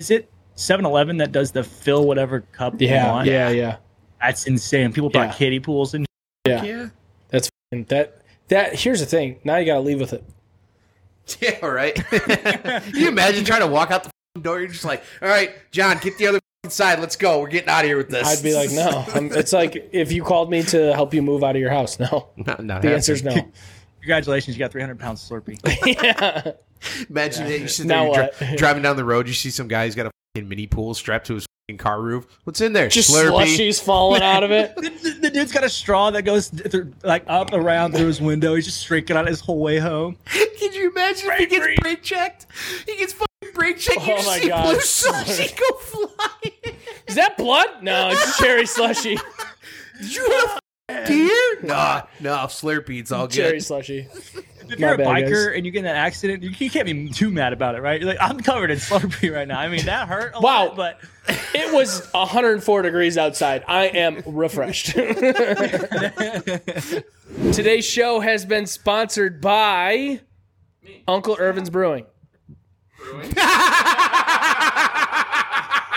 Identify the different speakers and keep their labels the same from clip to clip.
Speaker 1: Is it 7-Eleven that does the fill whatever cup you
Speaker 2: Yeah,
Speaker 1: want?
Speaker 2: yeah, yeah,
Speaker 1: That's insane. People bought
Speaker 2: Yeah.
Speaker 1: kiddie pools and
Speaker 2: yeah,
Speaker 3: Yeah.
Speaker 2: And that that here's the thing. Now you gotta leave with it.
Speaker 3: Yeah, all right. Can you imagine trying to walk out the f***ing door? You're just like, all right, John, get the other f***ing side. Let's go. We're getting out of here with this.
Speaker 2: I'd be like, no. I'm, it's like if you called me to help you move out of your house. No,
Speaker 3: Not, not
Speaker 2: the answer's no.
Speaker 1: congratulations, you got 300 pounds Slurpee.
Speaker 2: yeah,
Speaker 3: Imagine that you sit there,
Speaker 2: Now
Speaker 3: you're dri-
Speaker 2: what?
Speaker 3: driving down the road, you see some guy's got a f***ing mini pool strapped to his f***ing car roof. What's in there?
Speaker 2: just
Speaker 3: Slurpee.
Speaker 2: slushies falling out of it.
Speaker 1: the, the, the dude's got a straw that goes th- through, like up around through his window. He's just drinking on it his whole way home.
Speaker 3: Can you imagine if he gets
Speaker 1: free.
Speaker 3: brake checked? He gets fucking brake checked. You
Speaker 2: Oh
Speaker 3: just
Speaker 2: my
Speaker 3: see
Speaker 2: God.
Speaker 3: blue sushi go flying.
Speaker 2: Is that blood? No, it's cherry slushy.
Speaker 3: Did you have a f***ing deer? Nah, nah, Slurpee. It's all
Speaker 2: cherry
Speaker 3: good.
Speaker 2: slushy.
Speaker 1: If you're a
Speaker 2: bad, guys.
Speaker 1: biker and you get in an accident, you, you can't be too mad about it, right? You're like, I'm covered in Slurpee right now. I mean, that hurt a
Speaker 2: Wow.
Speaker 1: lot, but
Speaker 2: It was 104 degrees outside. I am refreshed. Today's show has been sponsored by Uncle Irvin's Brewing.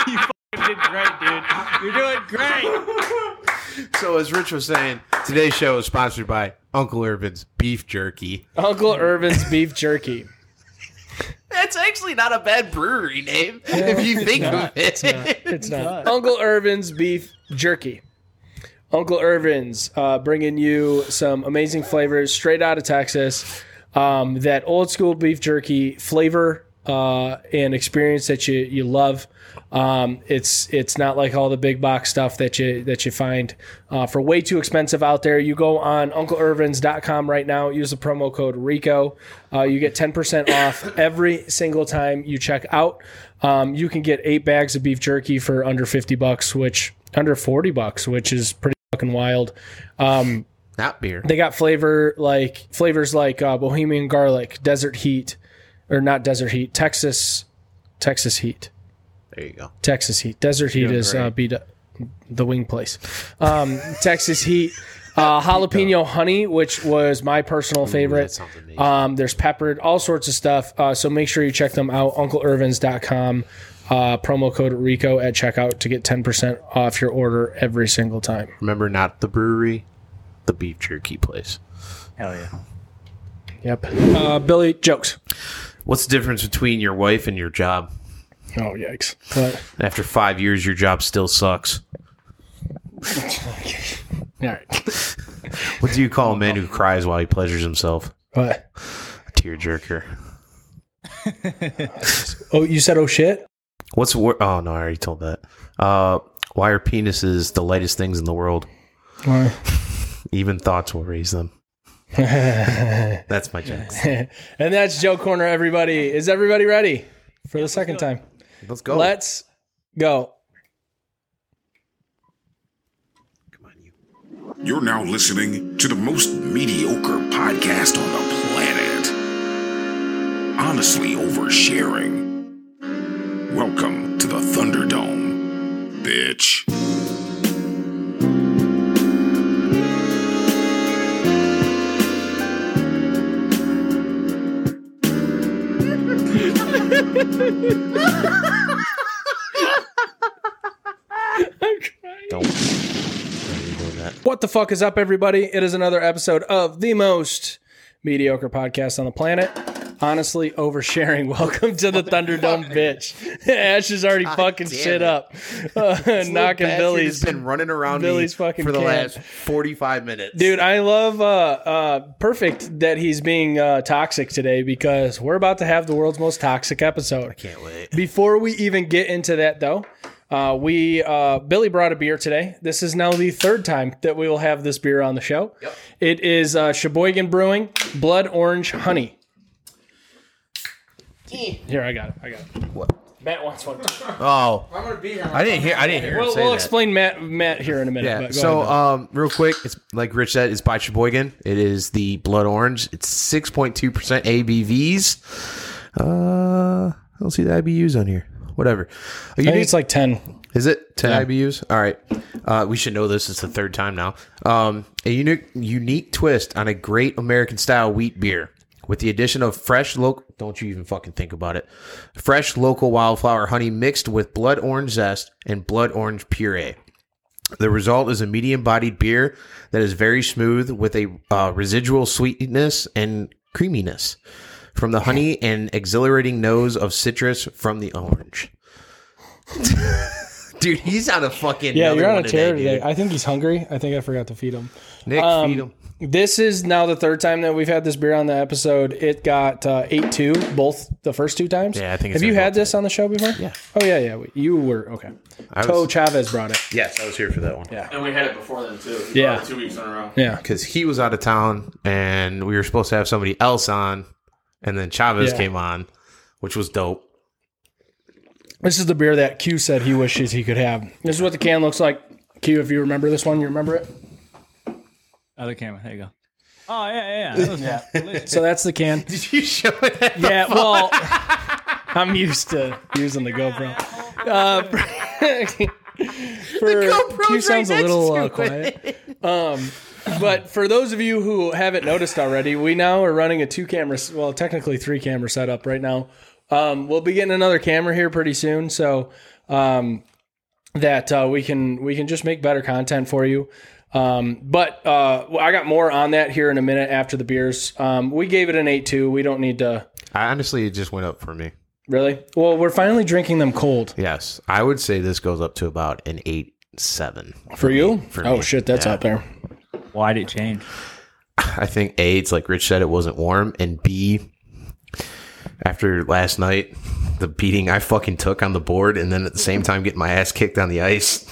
Speaker 1: you did great, dude. You're doing great.
Speaker 3: So as Rich was saying, today's show is sponsored by Uncle Irvin's Beef Jerky.
Speaker 2: Uncle Irvin's Beef Jerky.
Speaker 3: That's actually not a bad brewery name if you think of it.
Speaker 2: It's not. Uncle Irvin's Beef Jerky. Uncle Irvin's uh, bringing you some amazing flavors straight out of Texas. Um, that old school beef jerky flavor uh, and experience that you you love. Um, it's it's not like all the big box stuff that you that you find uh, for way too expensive out there. You go on UncleIrvins.com right now. Use the promo code Rico. Uh, you get ten percent off every single time you check out. Um, you can get eight bags of beef jerky for under fifty bucks, which under forty bucks, which is pretty fucking wild. Um,
Speaker 3: Not beer.
Speaker 2: they got flavor like flavors like uh, Bohemian garlic, desert heat, or not desert heat, Texas, Texas heat,
Speaker 3: There you go.
Speaker 2: Texas heat. Desert heat
Speaker 3: doing
Speaker 2: is uh,
Speaker 3: great.
Speaker 2: beat up the wing place. Um, Texas heat, uh, jalapeno honey, which was my personal favorite.
Speaker 3: something neat.
Speaker 2: Um, there's peppered, all sorts of stuff. Uh, so make sure you check them out. UncleIrvins.com. Uh, promo code Rico at checkout to get 10% off your order every single time.
Speaker 3: Remember, not the brewery, the beef jerky place.
Speaker 1: Hell yeah.
Speaker 2: Yep. Uh, Billy, jokes.
Speaker 3: What's the difference between your wife and your job?
Speaker 2: Oh, yikes. What?
Speaker 3: After five years, your job still sucks.
Speaker 2: All right.
Speaker 3: What do you call a man who cries while he pleasures himself?
Speaker 2: What?
Speaker 3: A tearjerker.
Speaker 2: Oh, you said oh shit?
Speaker 3: What's the wor- oh no, I already told that. Uh, why are penises the lightest things in the world?
Speaker 2: Why?
Speaker 3: Even thoughts will raise them. That's my joke.
Speaker 2: And that's Joe Corner, everybody. Is everybody ready for the second time?
Speaker 3: Let's go.
Speaker 2: Let's go.
Speaker 4: You're now listening to the most mediocre podcast on the planet. Honestly, oversharing. Welcome to the Thunderdome, bitch.
Speaker 3: Don't. Don't do that.
Speaker 2: What the fuck is up, everybody? It is another episode of the most mediocre podcast on the planet. Honestly, oversharing. Welcome to the Thunderdome, bitch. Ash is already fucking
Speaker 3: damn
Speaker 2: shit
Speaker 3: it.
Speaker 2: up, Uh, knocking Billy's
Speaker 3: has been running around
Speaker 2: Billy's
Speaker 3: me
Speaker 2: fucking
Speaker 3: for the
Speaker 2: can.
Speaker 3: last forty-five minutes,
Speaker 2: Dude, I love uh, uh, perfect that he's being uh, toxic today because we're about to have the world's most toxic episode.
Speaker 3: Can't wait.
Speaker 2: Before we even get into that, though, uh, we uh, Billy brought a beer today. This is now the third time that we will have this beer on the show. It is uh, Sheboygan Brewing Blood Orange Honey. Here, I got it. I got it.
Speaker 3: What?
Speaker 2: Matt wants one.
Speaker 3: Oh, I'm gonna be here. I didn't hear. I didn't hear. him
Speaker 2: We'll,
Speaker 3: say
Speaker 2: we'll
Speaker 3: that.
Speaker 2: explain Matt Matt here in a minute.
Speaker 3: Yeah.
Speaker 2: but go
Speaker 3: so,
Speaker 2: ahead, Bill.
Speaker 3: um, real quick, it's like Rich said, it's by Sheboygan. It is the blood orange. It's six point two percent ABVs. Uh, I don't see the IBUs on here. Whatever. Are you
Speaker 2: I think it's like ten.
Speaker 3: is it 10 IBUs? All right. Uh, we should know this. It's the third time now. Um, a unique, unique twist on a great American style wheat beer. With the addition of fresh local, don't you even fucking think about it. Fresh local wildflower honey mixed with blood orange zest and blood orange puree. The result is a medium bodied beer that is very smooth with a uh, residual sweetness and creaminess from the honey and exhilarating nose of citrus from the orange. dude, he's on a fucking.
Speaker 2: Yeah,
Speaker 3: another
Speaker 2: you're on a
Speaker 3: one
Speaker 2: tear
Speaker 3: today,
Speaker 2: today.
Speaker 3: dude.
Speaker 2: I think he's hungry. I think I forgot to feed him.
Speaker 3: Nick,
Speaker 2: Um,
Speaker 3: feed him.
Speaker 2: This is now the third time that we've had this beer on the episode. It got uh, eight two both the first two times.
Speaker 3: Yeah, I think it's
Speaker 2: Have you
Speaker 3: been
Speaker 2: had
Speaker 3: both.
Speaker 2: this on the show before?
Speaker 3: Yeah.
Speaker 2: Oh yeah, yeah. You were okay.
Speaker 3: I
Speaker 2: Toe
Speaker 3: was,
Speaker 2: Chavez brought it.
Speaker 3: yes, I was here for that one.
Speaker 5: And we had it before then too. We
Speaker 2: Yeah.
Speaker 5: brought it Two weeks in a row.
Speaker 2: Yeah.
Speaker 3: because he was out of town and we were supposed to have somebody else on, and then Chavez
Speaker 2: Yeah.
Speaker 3: came on, which was dope.
Speaker 2: This is the beer that Q said he wishes he could have. This is what the can looks like. Q, if you remember this one, you remember it.
Speaker 1: Other camera. There you go. Oh yeah, yeah, yeah. That was delicious.
Speaker 2: So that's the can.
Speaker 3: Did you show it? At the-
Speaker 2: Yeah, well, I'm used to using the GoPro. Uh, for,
Speaker 3: GoPro's
Speaker 2: Q sounds
Speaker 3: right
Speaker 2: a little uh,
Speaker 3: next to
Speaker 2: quiet. Um, but for those of you who haven't noticed already, we now are running a two camera, well, technically three camera setup right now. Um, we'll be getting another camera here pretty soon, so um, that uh, we can we can just make better content for you. Um, but uh, well, I got more on that here in a minute after the beers. Um, we gave it an eight two. We don't need to.
Speaker 3: I honestly, it just went up for me.
Speaker 2: Really? Well, we're finally drinking them cold.
Speaker 3: Yes, I would say this goes up to about an eight seven.
Speaker 2: For you?
Speaker 3: for
Speaker 2: oh
Speaker 3: me,
Speaker 2: shit, that's
Speaker 3: yeah.
Speaker 2: up there.
Speaker 1: Why did it change?
Speaker 3: I think A, it's like Rich said, it wasn't warm, and B, after last night, the beating I fucking took on the board, and then at the same time getting my ass kicked on the ice,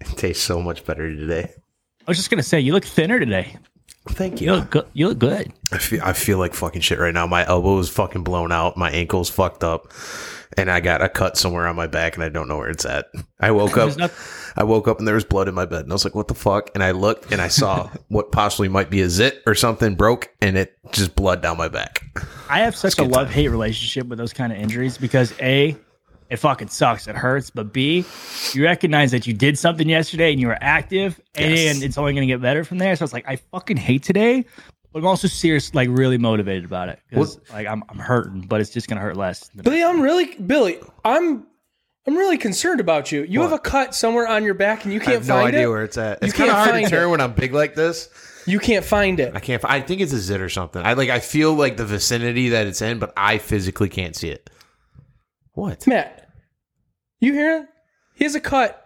Speaker 3: it tastes so much better today.
Speaker 1: I was just gonna say you look thinner today.
Speaker 3: Thank
Speaker 1: You look good. You look good.
Speaker 3: I feel I feel like fucking shit right now. My elbow is fucking blown out. My ankle's fucked up, and I got a cut somewhere on my back, and I don't know where it's at. I woke up.
Speaker 1: noth-
Speaker 3: I woke up and there was blood in my bed, and I was like, "What the fuck?" And I looked, and I saw what possibly might be a zit or something broke, and it just blood down my back.
Speaker 1: I have such a love hate relationship with those kind of injuries because a, it fucking sucks, it hurts, but b, you recognize that you did something yesterday and you were active,
Speaker 3: Yes.
Speaker 1: and it's only gonna get better from there. So it's like I fucking hate today, but I'm also serious, like really motivated about it 'cause, like I'm I'm hurting, but it's just gonna hurt less. than-
Speaker 2: Billy, I'm really Billy, I'm I'm really concerned about you. You have a cut somewhere on your back and you
Speaker 3: I
Speaker 2: can't
Speaker 3: have no
Speaker 2: find
Speaker 3: idea
Speaker 2: it.
Speaker 3: where it's at.
Speaker 2: You
Speaker 3: It's kind of
Speaker 2: can't
Speaker 3: hard to
Speaker 2: find
Speaker 3: turn
Speaker 2: it.
Speaker 3: when I'm big like this.
Speaker 2: You can't find it.
Speaker 3: I can't. I think it's a zit or something. I like. I feel like the vicinity that it's in, but I physically can't see it. What?
Speaker 2: Matt. You hear it? He has a cut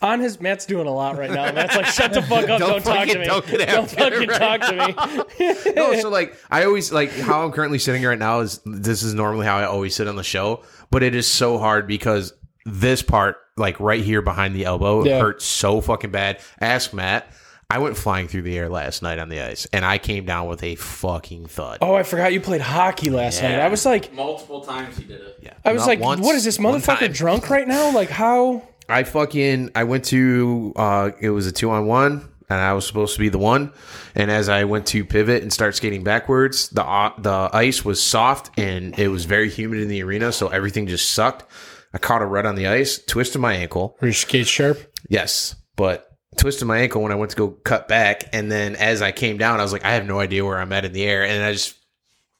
Speaker 2: on his Matt's doing a lot right now. Matt's like, shut the fuck up, don't, talk
Speaker 3: fucking-
Speaker 2: to me.
Speaker 3: don't get
Speaker 2: Don't
Speaker 3: after
Speaker 2: fucking
Speaker 3: it right
Speaker 2: talk to me.
Speaker 3: no, so like I always like how I'm currently sitting right now is this is normally how I always sit on the show, but it is so hard because this part, like right here behind the elbow,
Speaker 2: Yeah.
Speaker 3: it hurts so fucking bad. Ask Matt. I went flying through the air last night on the ice, and I came down with a fucking thud.
Speaker 2: Oh, I forgot you played hockey last night. I was like
Speaker 5: Multiple times he did it. Yeah.
Speaker 2: I was
Speaker 3: Not
Speaker 2: like,
Speaker 3: once,
Speaker 2: what is this
Speaker 3: one
Speaker 2: motherfucker
Speaker 3: time.
Speaker 2: drunk right now? Like how
Speaker 3: I fucking I went to uh it was a two on one and I was supposed to be the one and as I went to pivot and start skating backwards the uh, the ice was soft and it was very humid in the arena so everything just sucked. I caught a red on the ice, twisted my ankle.
Speaker 2: Were your skates sharp?
Speaker 3: Yes, but twisted my ankle when I went to go cut back and then as I came down I was like I have no idea where I'm at in the air and I just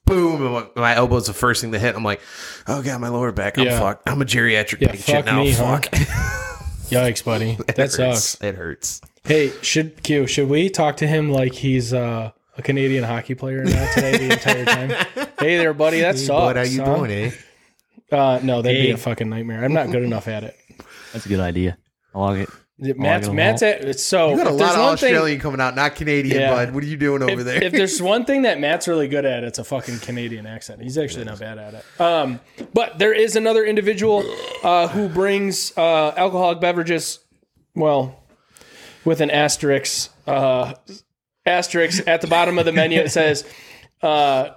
Speaker 3: boom and my- my elbow's the first thing to hit. I'm like, "Oh god, my lower back. I'm
Speaker 2: Yeah.
Speaker 3: fucked. I'm a geriatric
Speaker 2: Yeah,
Speaker 3: big shit
Speaker 2: fuck
Speaker 3: now.
Speaker 2: me, huh?
Speaker 3: fuck."
Speaker 2: Yikes, buddy. That
Speaker 3: It hurts.
Speaker 2: sucks.
Speaker 3: It hurts.
Speaker 2: Hey, should Q, should we talk to him like he's uh, a Canadian hockey player now today the entire time? Hey there, buddy. That sucks.
Speaker 3: What are you
Speaker 2: huh?
Speaker 3: doing, eh?
Speaker 2: Uh, no, that'd be
Speaker 1: Hey.
Speaker 2: a fucking nightmare. I'm not good enough at it.
Speaker 1: That's a good idea. I like it.
Speaker 2: Matt's,
Speaker 1: gonna
Speaker 2: Matt's at it's so.
Speaker 3: You got a
Speaker 2: if there's
Speaker 3: lot of
Speaker 2: one thing-
Speaker 3: Australian coming out, not Canadian,
Speaker 2: Yeah.
Speaker 3: bud. What are you doing over
Speaker 2: if,
Speaker 3: there?
Speaker 2: if there's one thing that Matt's really good at, it's a fucking Canadian accent. He's actually not bad at it. Um, but there is another individual uh, who brings uh, alcoholic beverages, well, with an asterisk, uh, asterisk at the bottom of the menu. It says, uh,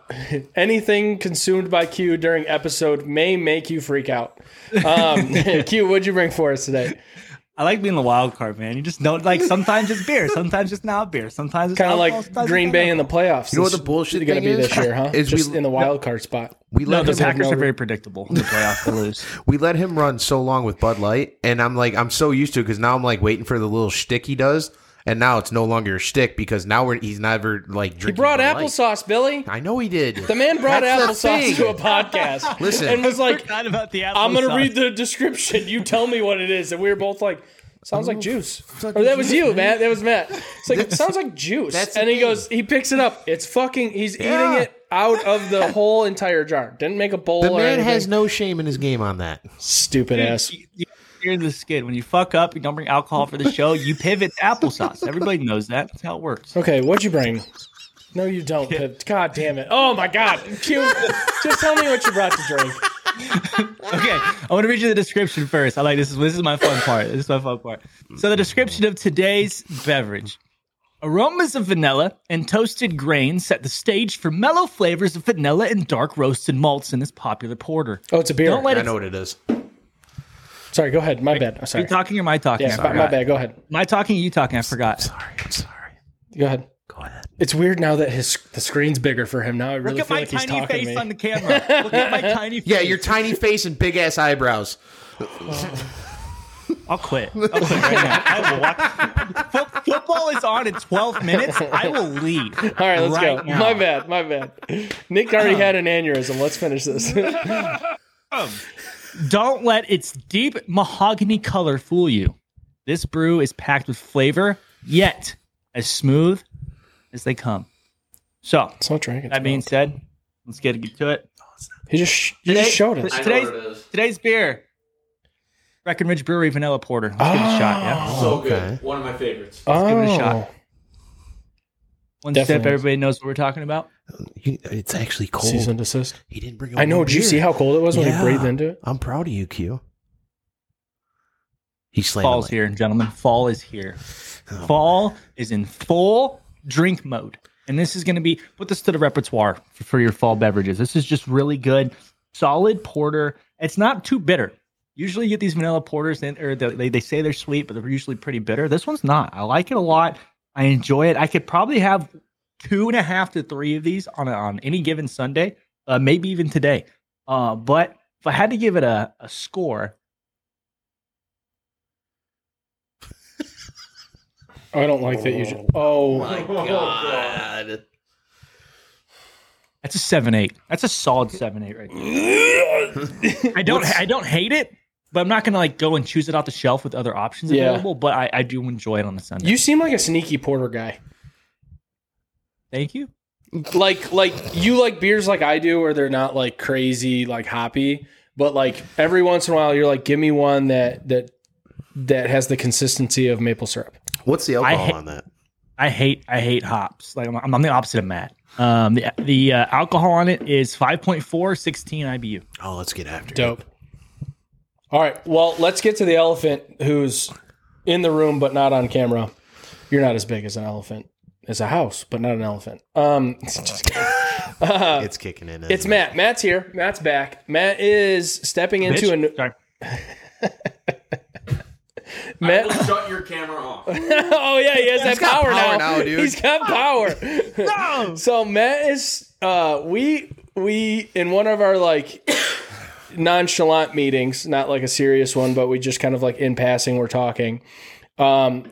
Speaker 2: anything consumed by Q during episode may make you freak out. Um, Q, what'd you bring for us today?
Speaker 1: I like being the wild card, man. You just don't like sometimes it's beer, sometimes it's not beer, sometimes it's
Speaker 2: Kind of
Speaker 1: alcohol,
Speaker 2: like
Speaker 1: sometimes
Speaker 2: Green
Speaker 1: it's
Speaker 2: Bay
Speaker 1: not.
Speaker 2: in the playoffs.
Speaker 3: You know what the
Speaker 2: This
Speaker 3: bullshit
Speaker 2: is going to
Speaker 3: thing
Speaker 2: be
Speaker 3: is?
Speaker 2: this year, huh?
Speaker 3: Is we-
Speaker 2: Just in the wild card spot.
Speaker 3: we
Speaker 1: No,
Speaker 3: let
Speaker 1: the
Speaker 3: him,
Speaker 1: Packers
Speaker 2: no-
Speaker 1: are very predictable in the playoff. They lose.
Speaker 3: we let him run so long with Bud Light, and I'm like, I'm so used to it because now I'm like waiting for the little shtick he does, And now it's no longer a shtick because now we're, he's never like
Speaker 2: He
Speaker 3: drinking.
Speaker 2: brought
Speaker 3: Bud Light.
Speaker 2: applesauce, Billy.
Speaker 3: I know he did.
Speaker 2: The man brought
Speaker 3: That's the
Speaker 2: applesauce
Speaker 3: thing.
Speaker 2: to a podcast.
Speaker 3: Listen.
Speaker 2: and was like,
Speaker 1: Not about the
Speaker 2: "I'm gonna
Speaker 1: applesauce.
Speaker 2: read the description. You tell me what it is." And we were both like, "Sounds like juice." Or that was you, Matt. That was Matt. It's like it sounds like juice.
Speaker 3: That's
Speaker 2: and
Speaker 3: the
Speaker 2: he goes, he picks it up. It's fucking. He's
Speaker 3: Yeah.
Speaker 2: eating it out of the whole entire jar. Didn't make a bowl.
Speaker 3: The
Speaker 2: or
Speaker 3: man
Speaker 2: anything.
Speaker 3: has no shame in his game on that.
Speaker 2: stupid ass.
Speaker 1: You- you- Here's the skid. When you fuck up, you don't bring alcohol for the show. You pivot to applesauce. Everybody knows that. That's how it works.
Speaker 2: Okay, what'd you bring? No, you don't. Pip. God damn it. Oh my God. Q, just tell me what you brought to drink.
Speaker 1: Okay, I want to read you the description first. I like this. Is this is my fun part. This is my fun part. So the description of today's beverage: aromas of vanilla and toasted grain set the stage for mellow flavors of vanilla and dark roasted malts in this popular porter.
Speaker 2: Oh, it's a beer.
Speaker 1: Don't let
Speaker 3: I
Speaker 1: it.
Speaker 3: know what it is.
Speaker 2: sorry, go ahead. My bad. I'm
Speaker 1: Are
Speaker 2: sorry.
Speaker 1: you talking or am I talking?
Speaker 2: yeah,
Speaker 1: I
Speaker 2: my, my
Speaker 1: forgot.
Speaker 2: bad. Go ahead.
Speaker 1: Am I talking? Or you talking? I forgot.
Speaker 3: Sorry, I'm sorry.
Speaker 2: Go ahead.
Speaker 3: Go ahead.
Speaker 2: It's weird now that his the screen's bigger for him. Now I really
Speaker 1: Look at
Speaker 2: feel
Speaker 1: my
Speaker 2: like he's
Speaker 1: tiny
Speaker 2: talking
Speaker 1: face
Speaker 2: to me.
Speaker 1: on the camera. Look at my tiny. face.
Speaker 3: Yeah, your tiny face and big ass eyebrows.
Speaker 1: I'll quit. I'll quit right now. I will watch. Fo- football is on in 12 minutes. I will leave.
Speaker 2: All right, let's go.
Speaker 1: now.
Speaker 2: My bad. My bad. Nick already had an aneurysm. Let's finish this.
Speaker 1: Don't let its deep mahogany color fool you. This brew is packed with flavor, yet as smooth as they come. So,
Speaker 2: it's not drinking.
Speaker 1: that being said, let's get to it.
Speaker 2: he just sh- he just
Speaker 1: Today-
Speaker 2: showed us.
Speaker 5: I know
Speaker 1: Today's-
Speaker 5: what it is.
Speaker 1: Today's beer Breckenridge Brewery Vanilla Porter. Let's give it a shot. Yeah.
Speaker 5: So
Speaker 3: okay.
Speaker 5: good. One of my favorites.
Speaker 2: oh,
Speaker 1: give it a shot. One step,
Speaker 2: Definitely.
Speaker 1: everybody knows what we're talking about.
Speaker 3: You- It's actually cold.
Speaker 2: cease and desist.
Speaker 3: He didn't bring.
Speaker 2: I know.
Speaker 3: one
Speaker 2: Did you
Speaker 3: beer.
Speaker 2: see how cold it was when
Speaker 3: Yeah.
Speaker 2: he breathed into it?
Speaker 3: I'm proud of you, Q. He slammed.
Speaker 1: Fall's
Speaker 3: it.
Speaker 1: here, gentlemen. Fall is here. Fall is in full drink mode. And this is going to be put this to the repertoire for, for your fall beverages. This is just really good, solid porter. It's not too bitter. Usually you get these vanilla porters, and or the, they, they say they're sweet, but they're usually pretty bitter. This one's not. I like it a lot. I enjoy it. I could probably have two and a half to three of these on a, on any given Sunday, uh, maybe even today. Uh, but if I had to give it a, a score,
Speaker 2: Oh, I don't like that you. Just, oh,
Speaker 3: God.
Speaker 1: That's a seven eight. That's a solid seven eight right there. I don't I don't hate it, but I'm not gonna like go and choose it off the shelf with other options
Speaker 2: Yeah.
Speaker 1: available. But I, I do enjoy it on a Sunday.
Speaker 2: You seem like a sneaky porter guy.
Speaker 1: Thank you.
Speaker 2: Like like you like beers like I do, where they're not like crazy like hoppy, but like every once in a while you're like, give me one that that that has the consistency of maple syrup.
Speaker 3: What's the
Speaker 1: I
Speaker 3: alcohol
Speaker 1: hate-
Speaker 3: on that?
Speaker 1: I hate I hate hops. Like I'm, I'm the opposite of Matt. Um, the the uh, alcohol on it is 5.4, 16 IBU.
Speaker 3: Oh, let's get after it.
Speaker 2: Dope. All right, well let's get to the elephant who's in the room but not on camera. You're not as big as an elephant. As a house, but not an elephant. Um,
Speaker 3: It's kicking in.
Speaker 2: it's Matt. Matt's here. Matt's back. Matt is stepping into a.
Speaker 1: Sorry.
Speaker 5: I will
Speaker 2: Matt,
Speaker 5: shut your camera off.
Speaker 2: oh yeah, he has that
Speaker 3: got
Speaker 2: power, now.
Speaker 3: power now, dude. Ah.
Speaker 2: He's got power. So Matt is uh, we we in one of our like nonchalant meetings, not like a serious one, but we just kind of like in passing we're talking. Um,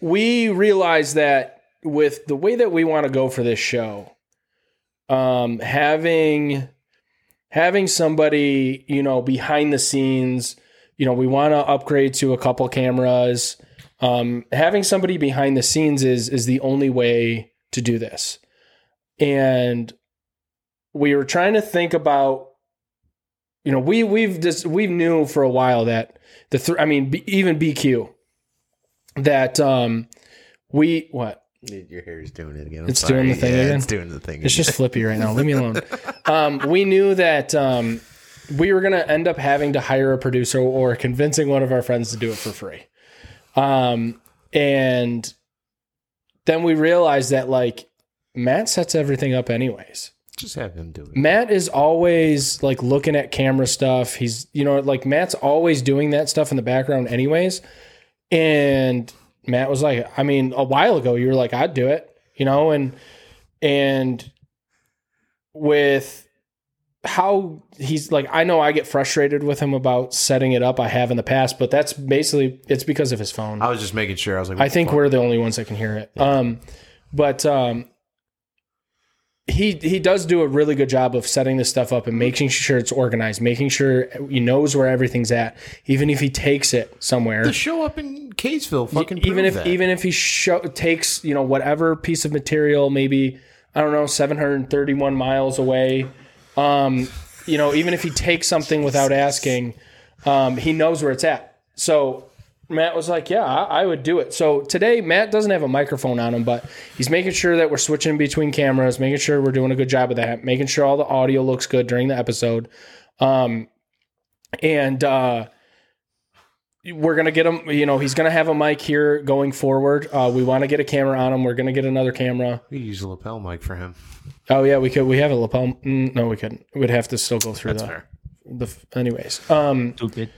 Speaker 2: we realized that with the way that we want to go for this show, um, having having somebody you know behind the scenes, you know, we want to upgrade to a couple cameras. Um, having somebody behind the scenes is is the only way to do this. And we were trying to think about, you know, we we've just we've knew for a while that the thr I mean, B, even BQ, that um, we what
Speaker 3: Your hair is doing it again.
Speaker 2: It's doing the thing
Speaker 3: yeah,
Speaker 2: again?
Speaker 3: It's doing the thing.
Speaker 2: it's
Speaker 3: again.
Speaker 2: just flippy right now. Leave me alone. Um, we knew that um, we were going to end up having to hire a producer or convincing one of our friends to do it for free. Um, and then we realized that like Matt sets everything up anyways.
Speaker 3: just have him do it.
Speaker 2: Matt is always like looking at camera stuff. He's, you know, like Matt's always doing that stuff in the background, anyways. And Matt was like, I mean, a while ago, you were like, I'd do it, you know, and, and with how he's like I know I get frustrated with him about setting it up I have in the past but that's basically it's because of his phone.
Speaker 3: I was just making sure. I was like,
Speaker 2: I think we're the only ones that can hear it. Um, but um, he he does do a really good job of setting this stuff up and making sure it's organized, making sure he knows where everything's at, even if he takes it somewhere.
Speaker 3: to show up in Kaysville.
Speaker 2: Y-
Speaker 3: Fucking
Speaker 2: even
Speaker 3: prove
Speaker 2: if e-
Speaker 3: that.
Speaker 2: even if he show, takes you know whatever piece of material, maybe I don't know, seven hundred thirty-one miles away. Um, you know, even if he takes something without asking, um, he knows where it's at. So Matt was like, "Yeah, I, I would do it." So today, Matt doesn't have a microphone on him, but he's making sure that we're switching between cameras, making sure we're doing a good job of that, making sure all the audio looks good during the episode. Um, and uh, we're gonna get him. You know, he's gonna have a mic here going forward. Uh, we want to get a camera on him. We're gonna get another camera.
Speaker 3: we could use a lapel mic for him.
Speaker 2: Oh yeah, we could. We have a lapel. Mm, no, we couldn't. We'd have to still go through the
Speaker 3: fair.
Speaker 2: the. f- Anyways, um,
Speaker 1: Stupid.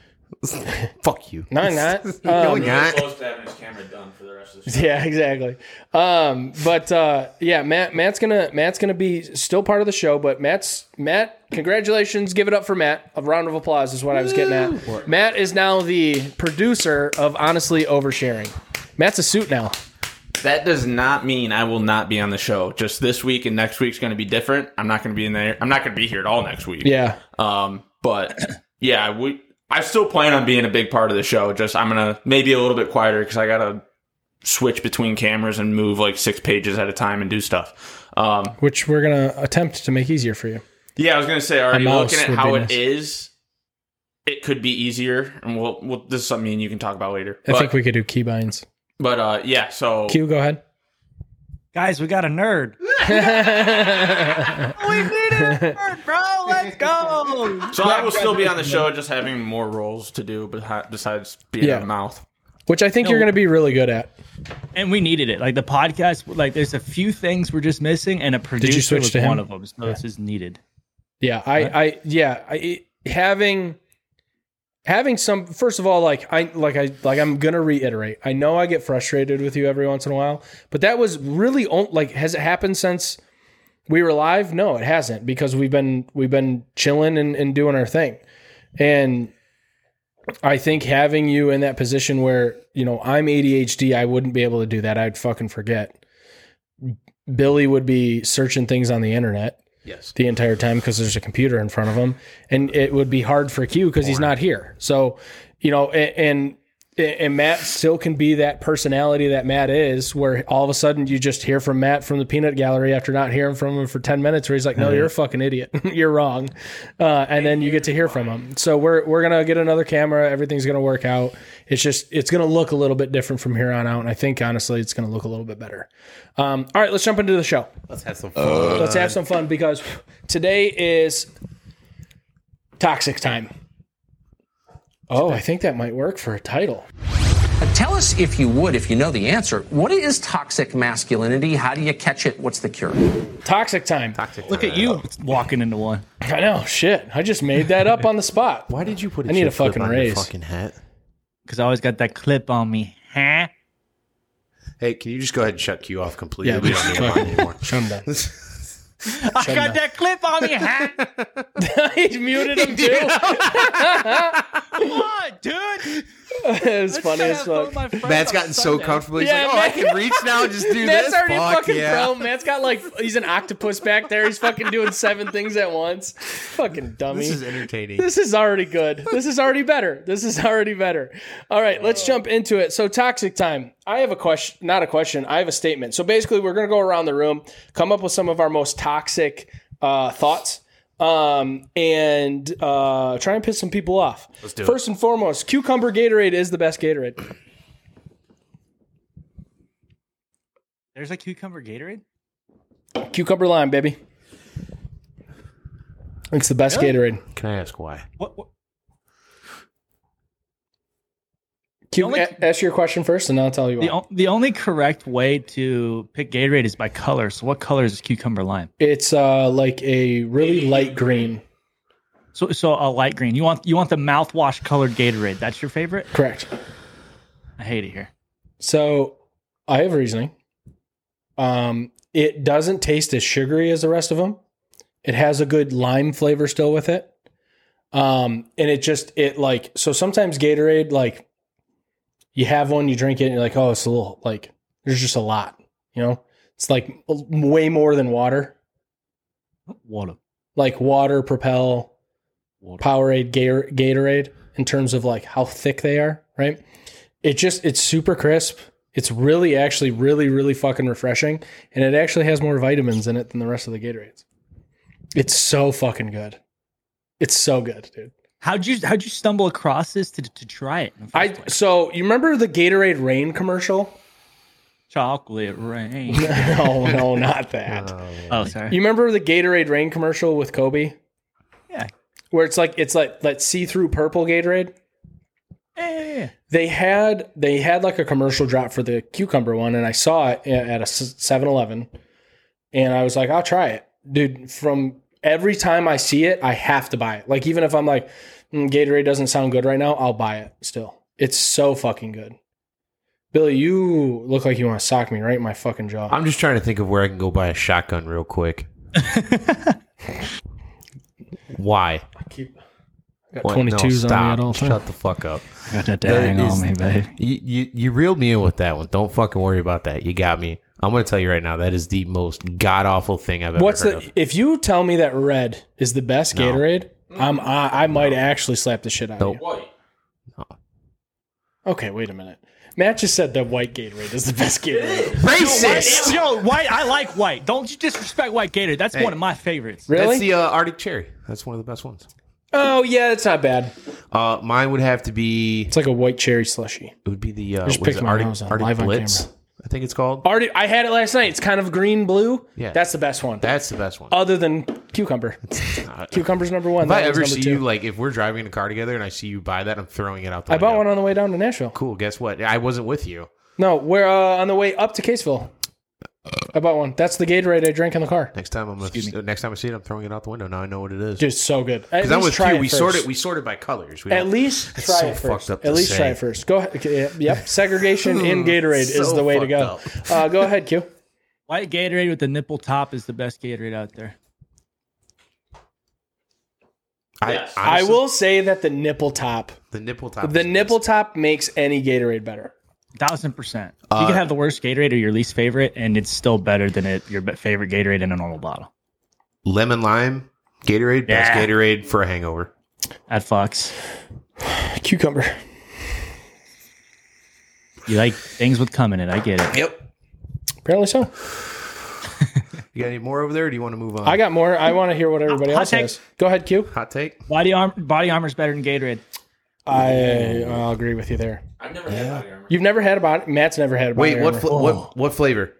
Speaker 3: Fuck you.
Speaker 2: no, not.
Speaker 3: No,
Speaker 2: Um,
Speaker 3: you're not.
Speaker 5: Close to having his camera done for the rest of the show.
Speaker 2: yeah, exactly. Um, but uh, yeah, Matt. Matt's gonna. Matt's gonna be still part of the show. But Matt's Matt. Congratulations. Give it up for Matt. A round of applause is what I was getting at. Matt is now the producer of honestly oversharing. Matt's a suit now.
Speaker 5: That does not mean I will not be on the show. Just this week and next week's going to be different. I'm not going to be in there. I'm not going to be here at all next week.
Speaker 2: Yeah.
Speaker 5: Um, but yeah, we. I still plan on being a big part of the show. Just I'm gonna maybe a little bit quieter because I gotta switch between cameras and move like six pages at a time and do stuff. Um,
Speaker 2: Which we're gonna attempt to make easier for you.
Speaker 5: yeah, I was gonna say, already
Speaker 2: mouse
Speaker 5: looking at
Speaker 2: would
Speaker 5: how
Speaker 2: be
Speaker 5: it
Speaker 2: nice.
Speaker 5: is, it could be easier, and we'll, we'll this is something you can talk about later.
Speaker 2: I
Speaker 5: but,
Speaker 2: think we could do keybinds.
Speaker 5: but uh, yeah, so
Speaker 2: Q, go ahead.
Speaker 1: Guys, we got a nerd. we need a nerd, bro. Let's go.
Speaker 5: so I will still be on the show, just having more roles to do behi- besides being
Speaker 2: Yeah.
Speaker 5: a mouth.
Speaker 2: Which I think you're going to be really good at.
Speaker 1: And we needed it. Like the podcast, like there's a few things we're just missing, and a producer
Speaker 2: switch
Speaker 1: was
Speaker 2: to him?
Speaker 1: one of them. So this is needed.
Speaker 2: Yeah, I, I, yeah, I, having, having some. First of all, like I, like I, like I'm gonna reiterate. I know I get frustrated with you every once in a while, but that was really on- like, has it happened since we were live? No, it hasn't because we've been we've been chilling and, and doing our thing, and I think having you in that position where you know I'm ADHD, I wouldn't be able to do that. I'd fucking forget. Billy would be searching things on the internet
Speaker 3: Yes.
Speaker 2: the entire time because there's a computer in front of him, and it would be hard for Q because he's not here. So, you know, and, and and Matt still can be that personality that Matt is, where all of a sudden you just hear from Matt from the peanut gallery after not hearing from him for ten minutes, where he's like, "No, you're a fucking idiot, you're wrong," uh, and then you get to hear from him. So we're we're gonna get another camera. Everything's gonna work out. It's just it's gonna look a little bit different from here on out, and I think honestly, it's gonna look a little bit better. Um, all right, let's jump into the show.
Speaker 3: Let's have some fun.
Speaker 2: Let's have some fun because today is toxic time. Oh, I think that might work for a title.
Speaker 6: Tell us, if you would, if you know the answer, what is toxic masculinity? How do you catch it? What's the cure?
Speaker 2: Toxic time.
Speaker 1: Look at you walking into one.
Speaker 2: I know, shit. I just made that up on the spot.
Speaker 3: Why did you put? I
Speaker 2: I need a fucking
Speaker 3: on
Speaker 2: raise.
Speaker 3: Your fucking hat.
Speaker 1: Because I always got that clip on me. Huh?
Speaker 3: Hey, can you just go ahead and shut Q off completely?
Speaker 2: Yeah,
Speaker 3: we
Speaker 2: just
Speaker 3: don't need mine anymore.
Speaker 2: Shut him down.
Speaker 1: I got that clip on me. Huh?
Speaker 2: he muted him too.
Speaker 1: What, dude?
Speaker 2: it was funny as fuck.
Speaker 3: Matt's gotten so comfortable. He's
Speaker 2: Yeah,
Speaker 3: like, oh,
Speaker 2: Matt-
Speaker 3: I can reach now and just do
Speaker 2: Matt's
Speaker 3: this.
Speaker 2: already
Speaker 3: Fuck
Speaker 2: fucking
Speaker 3: yeah.
Speaker 2: pro. Matt's got like he's an octopus back there. He's fucking doing seven things at once. Fucking dummy.
Speaker 3: This is entertaining.
Speaker 2: This is already good. This is already better. This is already better. All right, let's jump into it. So, toxic time. I have a question, not a question. I have a statement. So, basically, we're going to go around the room, come up with some of our most toxic uh, thoughts, um, and uh, try and piss some people off. Let's
Speaker 3: do it.
Speaker 2: First and foremost, cucumber Gatorade is the best Gatorade.
Speaker 1: There's a cucumber Gatorade.
Speaker 2: Cucumber lime, baby. It's the best Gatorade.
Speaker 3: Can I ask why?
Speaker 1: What? what?
Speaker 2: Q,
Speaker 1: only-
Speaker 2: a- ask your question first, and I'll tell you.
Speaker 1: The,
Speaker 2: Why.
Speaker 1: o- the only correct way to pick Gatorade is by color. So what color is cucumber lime?
Speaker 2: It's uh, like a really light green.
Speaker 1: So so a light green. You want you want the mouthwash colored Gatorade. That's your favorite?
Speaker 2: Correct.
Speaker 1: I hate it here.
Speaker 2: So I have reasoning. Um, it doesn't taste as sugary as the rest of them. It has a good lime flavor still with it. Um, and it just it like so sometimes Gatorade like you have one, you drink it, and you're like, oh, it's a little like there's just a lot, you know. It's like way more than water,
Speaker 1: Water.
Speaker 2: like water, Propel,
Speaker 1: Water.
Speaker 2: Powerade, Gator- Gatorade in terms of like how thick they are, right? It just it's super crisp. It's really actually really really fucking refreshing and it actually has more vitamins in it than the rest of the Gatorades. It's so fucking good. It's so good, dude.
Speaker 1: How'd you how'd you stumble across this to, to try it? in the first
Speaker 2: I
Speaker 1: place?
Speaker 2: so you remember the Gatorade rain commercial?
Speaker 1: chocolate rain.
Speaker 2: No, no, not that.
Speaker 1: oh, sorry.
Speaker 2: You remember the Gatorade rain commercial with Kobe?
Speaker 1: Yeah.
Speaker 2: Where it's like it's like that see-through purple Gatorade?
Speaker 1: yeah, yeah, yeah.
Speaker 2: they had they had like a commercial drop for the cucumber one and i saw it at a 7-eleven and i was like i'll try it dude from every time i see it i have to buy it like even if i'm like "Mm, gatorade doesn't sound good right now i'll buy it still it's so fucking good billy you look like you want to sock me right in my fucking jaw
Speaker 3: I'm just trying to think of where I can go buy a shotgun real quick. Why?
Speaker 2: got
Speaker 3: What?
Speaker 2: 22s on me
Speaker 3: stop.
Speaker 2: at all times.
Speaker 3: Shut the fuck up.
Speaker 1: Got that
Speaker 3: That
Speaker 1: dang on
Speaker 3: is-
Speaker 1: me, babe.
Speaker 3: You, you you reeled me in with that one. Don't fucking worry about that. You got me. I'm gonna tell you right now. That is the most god awful thing I've ever
Speaker 2: what's
Speaker 3: heard
Speaker 2: the
Speaker 3: of.
Speaker 2: if you tell me that red is the best
Speaker 3: No. Mm.
Speaker 2: gatorade i'm i, I might actually slap the shit out of
Speaker 3: Nope.
Speaker 2: you
Speaker 5: White.
Speaker 2: Okay, wait a minute. Matt just said that white Gatorade is the best Gatorade.
Speaker 3: Racist.
Speaker 1: Yo, white. I like white. Don't you disrespect white Gator. That's one of my favorites.
Speaker 2: Really?
Speaker 3: That's the uh, Arctic Cherry. That's one of the best ones.
Speaker 2: oh yeah, it's not bad.
Speaker 3: Uh, mine would have to be.
Speaker 2: It's like a white cherry slushy.
Speaker 3: It would be the uh,
Speaker 2: Just
Speaker 3: what is
Speaker 2: picked
Speaker 3: it,
Speaker 2: mine.
Speaker 3: Arctic,
Speaker 2: I was on-
Speaker 3: Arctic
Speaker 2: live on
Speaker 3: Blitz.
Speaker 2: camera.
Speaker 3: I think it's called.
Speaker 2: Already, I had it last night. It's kind of green blue.
Speaker 3: Yeah.
Speaker 2: that's the best one.
Speaker 3: That's the best one.
Speaker 2: Other than cucumber. Cucumber's number one.
Speaker 3: if I
Speaker 2: that one's
Speaker 3: ever
Speaker 2: number
Speaker 3: see
Speaker 2: two.
Speaker 3: you, like, if we're driving in a car together and I see you buy that, I'm throwing it out. The
Speaker 2: I bought
Speaker 3: window.
Speaker 2: one on the way down to Nashville.
Speaker 3: Cool. Guess what? I wasn't with you.
Speaker 2: No, we're uh, on the way up to Caseville. I bought one. That's the Gatorade I drank in the car.
Speaker 3: Next time I'm gonna, next time I see it, I'm throwing it out the window. Now I know what it is.
Speaker 2: Dude, it's so good. At
Speaker 3: Because I'm
Speaker 2: least
Speaker 3: with
Speaker 2: try
Speaker 3: you.
Speaker 2: it
Speaker 3: We
Speaker 2: first.
Speaker 3: sorted we sorted by colors. We
Speaker 2: At
Speaker 3: don't-
Speaker 2: least
Speaker 3: It's
Speaker 2: try
Speaker 3: so
Speaker 2: it first.
Speaker 3: fucked up
Speaker 2: At
Speaker 3: to
Speaker 2: least try
Speaker 3: say.
Speaker 2: it first. Go ahead. okay, Yep. Segregation in Gatorade is
Speaker 3: So
Speaker 2: the way to go.
Speaker 3: fucked
Speaker 2: Uh, go ahead, Q.
Speaker 1: White Gatorade with the nipple top is the best Gatorade out there.
Speaker 3: I,
Speaker 5: Yes.
Speaker 2: I
Speaker 3: honestly,
Speaker 2: will say that the nipple top,
Speaker 3: The nipple top.
Speaker 2: the
Speaker 3: is
Speaker 2: nipple top makes any Gatorade better.
Speaker 1: Thousand percent. you can have the worst Gatorade or your least favorite, and it's still better than it your be- favorite Gatorade in a normal bottle.
Speaker 3: lemon lime Gatorade. Best
Speaker 1: Yeah.
Speaker 3: Gatorade for a hangover.
Speaker 1: At Fox,
Speaker 2: Cucumber.
Speaker 1: you like things with cum in it. I get it.
Speaker 3: Yep.
Speaker 2: Apparently so.
Speaker 3: You got any more over there? Or do you want to move on?
Speaker 2: I got more. I want to hear what everybody
Speaker 1: Hot
Speaker 2: else
Speaker 1: take.
Speaker 2: has. Go ahead, Q.
Speaker 3: hot take.
Speaker 1: Body arm, body armor's better than Gatorade.
Speaker 2: I I'll agree with you there.
Speaker 5: I've never had body armor.
Speaker 2: You've never had a body. Matt's never had a body.
Speaker 3: Wait, what
Speaker 2: armor.
Speaker 3: fl- what what flavor?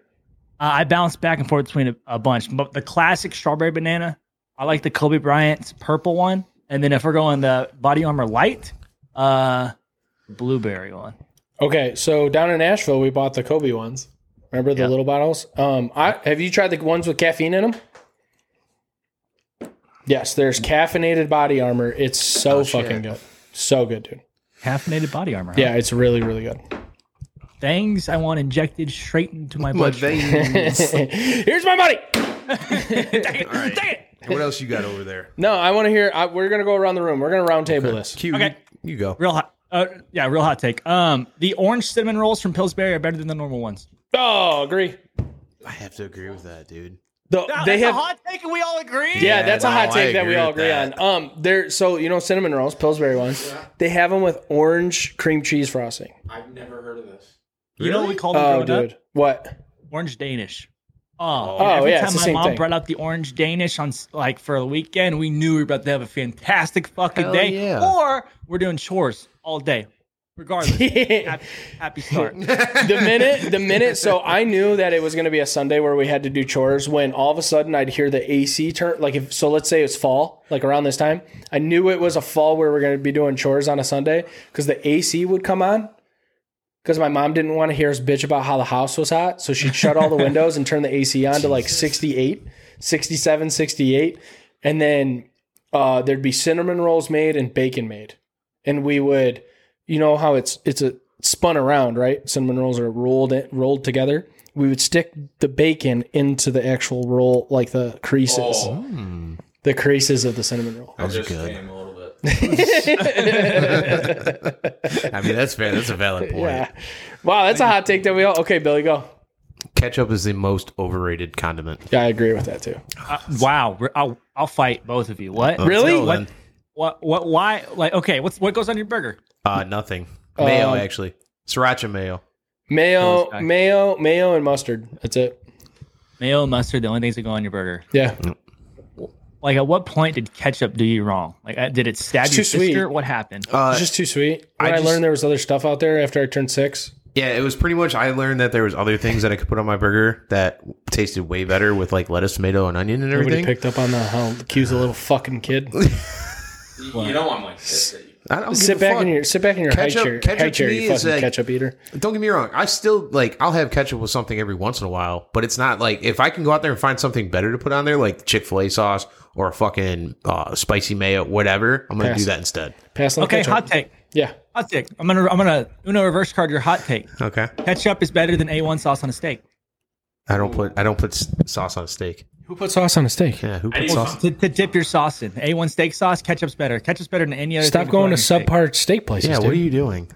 Speaker 1: Uh, I bounce back and forth between a, a bunch, but the classic strawberry banana. I like the Kobe Bryant's purple one, and then if we're going the body armor light, uh, blueberry one.
Speaker 2: okay, so down in Nashville, we bought the Kobe ones. Remember the
Speaker 1: Yeah.
Speaker 2: little bottles? Um, I have you tried the ones with caffeine in them? Yes, there's caffeinated body armor. It's so
Speaker 3: Oh,
Speaker 2: fucking good. So good, dude.
Speaker 1: Caffeinated body armor. huh?
Speaker 2: Yeah, it's really, really good.
Speaker 1: Things I want injected straight into my
Speaker 3: What
Speaker 1: bloodstream.
Speaker 3: vein?
Speaker 2: Here's my money.
Speaker 3: what else you got over there?
Speaker 2: No, I want to hear. I, we're gonna go around the room. We're gonna round table this.
Speaker 3: Q.
Speaker 1: Okay.
Speaker 3: You, you go.
Speaker 1: Real hot. Uh, yeah, real hot take. Um, the orange cinnamon rolls from Pillsbury are better than the normal ones.
Speaker 2: Oh, agree.
Speaker 3: I have to agree with that, dude.
Speaker 2: The, they have.
Speaker 1: hot take, and we all agree.
Speaker 2: yeah, that's a
Speaker 3: no,
Speaker 2: hot
Speaker 3: I
Speaker 2: take that we
Speaker 3: agree
Speaker 2: all
Speaker 3: with
Speaker 2: agree
Speaker 3: that.
Speaker 2: on. Um, they're so you know cinnamon rolls, Pillsbury ones. They have them with orange cream cheese frosting.
Speaker 5: I've never heard of this.
Speaker 1: You know what we called them
Speaker 2: Oh,
Speaker 1: growing up?
Speaker 2: dude, what?
Speaker 1: Orange Danish. Oh,
Speaker 2: Oh,
Speaker 1: and every
Speaker 2: yeah,
Speaker 1: time
Speaker 2: it's the
Speaker 1: my
Speaker 2: same
Speaker 1: mom
Speaker 2: thing.
Speaker 1: brought out the orange Danish on s- like for the weekend, we knew we were about to have a fantastic fucking
Speaker 3: Hell
Speaker 1: day.
Speaker 3: yeah.
Speaker 1: Or we're doing chores all day, regardless.
Speaker 2: the
Speaker 1: happy, happy start.
Speaker 2: minute, the minute. So I knew that it was going to be a Sunday where we had to do chores. When all of a sudden I'd hear the AC turn, like if so, let's say it's fall, like around this time, I knew it was a fall where we're going to be doing chores on a Sunday because the AC would come on. Because my mom didn't want to hear us bitch about how the house was hot, so she'd shut all the windows and turn the AC on to like 68, 67, 68, and then uh, there'd be cinnamon rolls made and bacon made, and we would you know how it's it's a spun around, right? Cinnamon rolls are rolled in, rolled together. we would stick the bacon into the actual roll, like the creases,
Speaker 3: Oh.
Speaker 2: the creases of the cinnamon roll.
Speaker 3: That was good.
Speaker 5: a little bit.
Speaker 3: I mean, that's fair. That's a valid point.
Speaker 2: Yeah. Wow, that's a hot take that we all. Okay, Billy, go.
Speaker 3: Ketchup is the most overrated condiment.
Speaker 2: Yeah, I agree with that too.
Speaker 1: Uh, Wow, re- I'll I'll fight both of you. What?
Speaker 2: Really?
Speaker 3: Until
Speaker 1: What?
Speaker 3: then,
Speaker 1: What? What? Why? Like, okay, what's what goes on your burger?
Speaker 3: uh, nothing. Mayo,
Speaker 2: Um,
Speaker 3: actually. Sriracha mayo.
Speaker 2: Mayo, mayo, mayo, and mustard. That's it.
Speaker 1: Mayo, mustard, the only things that go on your burger.
Speaker 2: Yeah.
Speaker 3: Mm.
Speaker 1: Like, at what point did ketchup do you wrong? Like, uh, did it stab
Speaker 2: It's
Speaker 1: your
Speaker 2: too sweet.
Speaker 1: sister? What happened?
Speaker 3: Uh,
Speaker 2: It's just too sweet. When I,
Speaker 3: I just-
Speaker 2: learned there was other stuff out there after I turned six.
Speaker 3: yeah, it was pretty much. I learned that there was other things that I could put on my burger that tasted way better with like lettuce, tomato, and onion and
Speaker 2: Everybody
Speaker 3: everything.
Speaker 2: picked up on the how Q's a little fucking kid.
Speaker 5: You don't want like this. that you-
Speaker 3: I don't
Speaker 2: sit
Speaker 3: give a
Speaker 2: back
Speaker 3: fuck.
Speaker 2: in your sit back in your high
Speaker 3: Ketchup-
Speaker 2: chair.
Speaker 3: ketchup
Speaker 2: high
Speaker 3: to
Speaker 2: chair,
Speaker 3: me
Speaker 2: you
Speaker 3: is
Speaker 2: fucking
Speaker 3: like-
Speaker 2: ketchup eater.
Speaker 3: Don't get me wrong. I still like. I'll have ketchup with something every once in a while, but it's not like if I can go out there and find something better to put on there, like Chick Fil A sauce or a fucking uh, spicy mayo, whatever. I'm gonna
Speaker 2: Pass.
Speaker 3: do that instead.
Speaker 2: Pass on the
Speaker 1: Okay,
Speaker 2: ketchup.
Speaker 1: hot take.
Speaker 2: Yeah.
Speaker 1: Hot take. I'm gonna I'm gonna Uno reverse card your hot take.
Speaker 3: Okay.
Speaker 1: Ketchup is better than A1 sauce on a steak.
Speaker 3: I don't put. I don't put s- sauce on a steak.
Speaker 2: Who put sauce on a steak?
Speaker 3: Yeah. Who puts
Speaker 5: I need
Speaker 3: sauce?
Speaker 1: To, to dip your sauce in. A1 steak sauce, ketchup's better. Ketchup's better than any other thing
Speaker 2: Stop
Speaker 1: put
Speaker 2: going
Speaker 1: on
Speaker 2: to
Speaker 1: your steak.
Speaker 2: subpar steak places.
Speaker 3: Yeah.
Speaker 2: dude.
Speaker 3: What are you doing?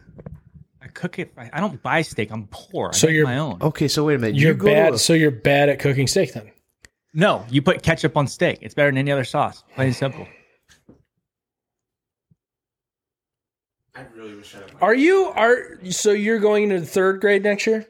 Speaker 1: I cook it. I I don't buy steak. I'm poor. I
Speaker 2: So
Speaker 1: so make
Speaker 2: you're- oh.
Speaker 1: my own.
Speaker 3: Okay. So wait a minute. You
Speaker 2: You're
Speaker 3: go to
Speaker 2: bad.
Speaker 3: a-
Speaker 2: so you're bad at cooking steak then.
Speaker 1: No, you put ketchup on steak. It's better than any other sauce. Plain and simple.
Speaker 5: I really wish I had.
Speaker 2: Are you are so you're going into the third grade next year?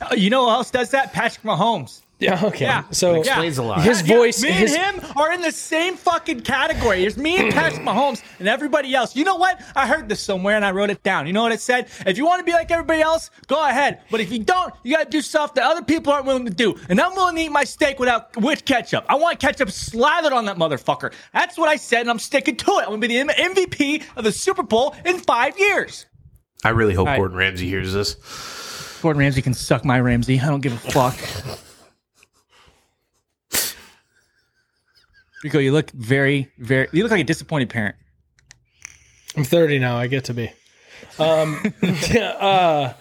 Speaker 1: Uh, You know who else does that? Patrick Mahomes.
Speaker 2: Yeah. Okay.
Speaker 1: Yeah.
Speaker 2: So
Speaker 3: explains a lot.
Speaker 2: His
Speaker 1: Yeah,
Speaker 2: voice.
Speaker 1: me
Speaker 2: his,
Speaker 1: and him are in the same fucking category. There's me and Patrick Mahomes and everybody else. You know what? I heard this somewhere and I wrote it down. You know what it said? If you want to be like everybody else, go ahead. But if you don't, you got to do stuff that other people aren't willing to do. And I'm willing to eat my steak without with ketchup. I want ketchup slathered on that motherfucker. That's what I said, and I'm sticking to it. I'm gonna be the M- MVP of the Super Bowl in five years.
Speaker 3: I really hope
Speaker 1: All right.
Speaker 3: Gordon Ramsay hears this.
Speaker 1: Gordon Ramsay can suck my Ramsay. I don't give a fuck. Rico, you look very, very. You look like a disappointed parent.
Speaker 2: I'm 30 now. I get to be. Um, uh,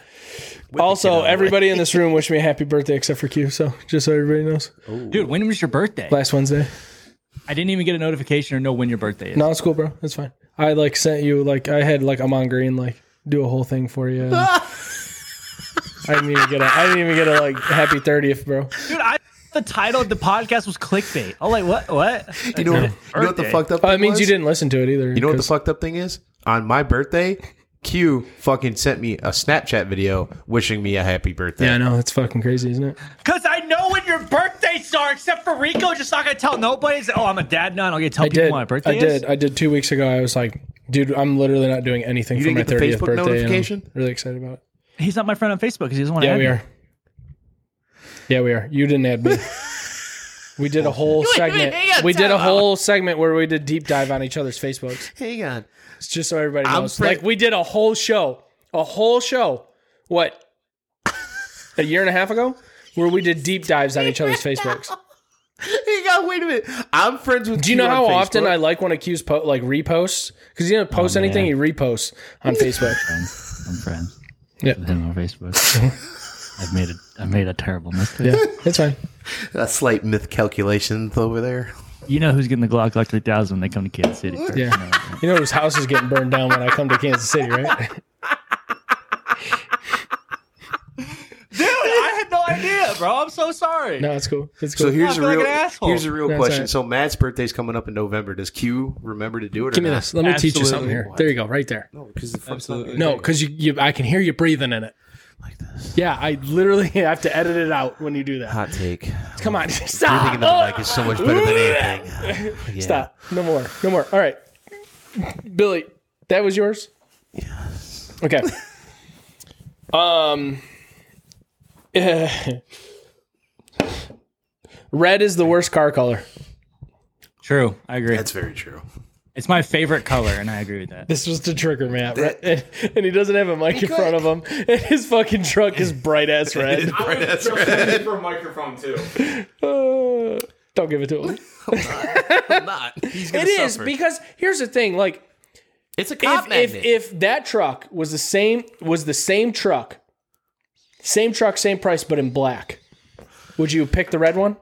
Speaker 2: also, everybody in this room wish me a happy birthday except for Q. So just so everybody knows,
Speaker 1: Dude, when was your birthday?
Speaker 2: last Wednesday.
Speaker 1: I didn't even get a notification or know when your birthday is.
Speaker 2: No, it's cool, bro. It's fine. I like sent you like I had like Amon Green like do a whole thing for you. and- I didn't even get a. I didn't even get a like happy 30th, bro.
Speaker 1: Dude, I the title of the podcast was clickbait. I'm like, what? What?
Speaker 3: You know, you know what the
Speaker 1: Birthday.
Speaker 3: fucked up?
Speaker 2: Oh, it
Speaker 3: thing
Speaker 2: means you
Speaker 3: was?
Speaker 2: didn't listen to it either.
Speaker 3: You know what the fucked up thing is? On my birthday, Q fucking sent me a Snapchat video wishing me a happy birthday.
Speaker 2: Yeah, I know. It's fucking crazy, isn't it?
Speaker 1: Because I know when your birthdays are, except for Rico, just not gonna tell nobody. He's like, oh, I'm a dad now. and I'll get to tell
Speaker 2: I
Speaker 1: people
Speaker 2: did.
Speaker 1: my birthday.
Speaker 2: I
Speaker 1: is."
Speaker 2: did. I did two weeks ago. I was like, dude, I'm literally not doing anything
Speaker 3: You
Speaker 2: for
Speaker 3: didn't
Speaker 2: my
Speaker 3: get the
Speaker 2: 30th
Speaker 3: Facebook
Speaker 2: birthday. and I'm
Speaker 3: notification?
Speaker 2: really excited about it.
Speaker 1: He's not my friend on Facebook because he doesn't want to.
Speaker 2: Yeah, we are. Yeah, we are. You didn't add me. We did a whole segment. We did a whole segment where we did deep dive on each other's Facebooks.
Speaker 3: Hang on.
Speaker 2: It's just so everybody
Speaker 3: I'm
Speaker 2: knows.
Speaker 3: pre-
Speaker 2: like we did a whole show, a whole show. What? a year and a half ago, where we did deep dives on each other's Facebooks.
Speaker 3: Hang on. Wait a minute. I'm friends with.
Speaker 2: Do you know
Speaker 3: on
Speaker 2: how
Speaker 3: Facebook. Oh,
Speaker 2: often I like when accused po- like reposts because he doesn't post anything, he reposts on Facebook.
Speaker 1: I'm friends.
Speaker 2: Yeah.
Speaker 1: With him on Facebook. I've made a I made a terrible mistake.
Speaker 2: yeah, that's fine.
Speaker 3: a slight myth calculation over there?
Speaker 1: You know who's getting the Glock Glock 3000 when they come to Kansas City?
Speaker 2: Yeah, you know whose house is getting burned down when I come to Kansas City, right?
Speaker 1: Dude, I had no idea, bro. I'm so sorry.
Speaker 2: No, it's cool. It's cool.
Speaker 3: So here's
Speaker 1: I
Speaker 3: a
Speaker 1: feel like
Speaker 3: real.
Speaker 1: an asshole.
Speaker 3: here's a real
Speaker 2: That's
Speaker 3: question.
Speaker 2: all right.
Speaker 3: So Matt's birthday's coming up in November. Does Q remember to do it?
Speaker 2: Give
Speaker 3: or
Speaker 2: me
Speaker 3: not?
Speaker 2: this. Let me teach you something
Speaker 1: Absolutely.
Speaker 2: here. There you go, right there.
Speaker 3: No, because the fuck's
Speaker 2: No, because you, you, I can hear you breathing in it.
Speaker 3: like this.
Speaker 2: Yeah, I literally have to edit it out when you do that.
Speaker 3: Hot take.
Speaker 2: Come on,
Speaker 3: Breathing
Speaker 2: stop.
Speaker 3: in the mic is so much better than anything. Yeah.
Speaker 2: Stop. No more. No more. All right. Billy, that was yours? Yes. Okay. um eh. Red is the worst car color.
Speaker 1: True, I agree.
Speaker 3: That's very true.
Speaker 1: it's my favorite color, and I agree with that.
Speaker 2: This was the trigger, Matt. Red- and, and he doesn't have a mic in front of him. And his fucking truck is bright ass red.
Speaker 5: I would have chosen for a microphone too.
Speaker 2: Uh, don't give it to him.
Speaker 3: I'm not. He's gonna
Speaker 2: It is
Speaker 3: suffer.
Speaker 2: because here's the thing, like
Speaker 3: it's a cop
Speaker 2: if,
Speaker 3: magnet.
Speaker 2: if if that truck was the same was the same truck Same truck, same price, but in black. Would you pick the red one?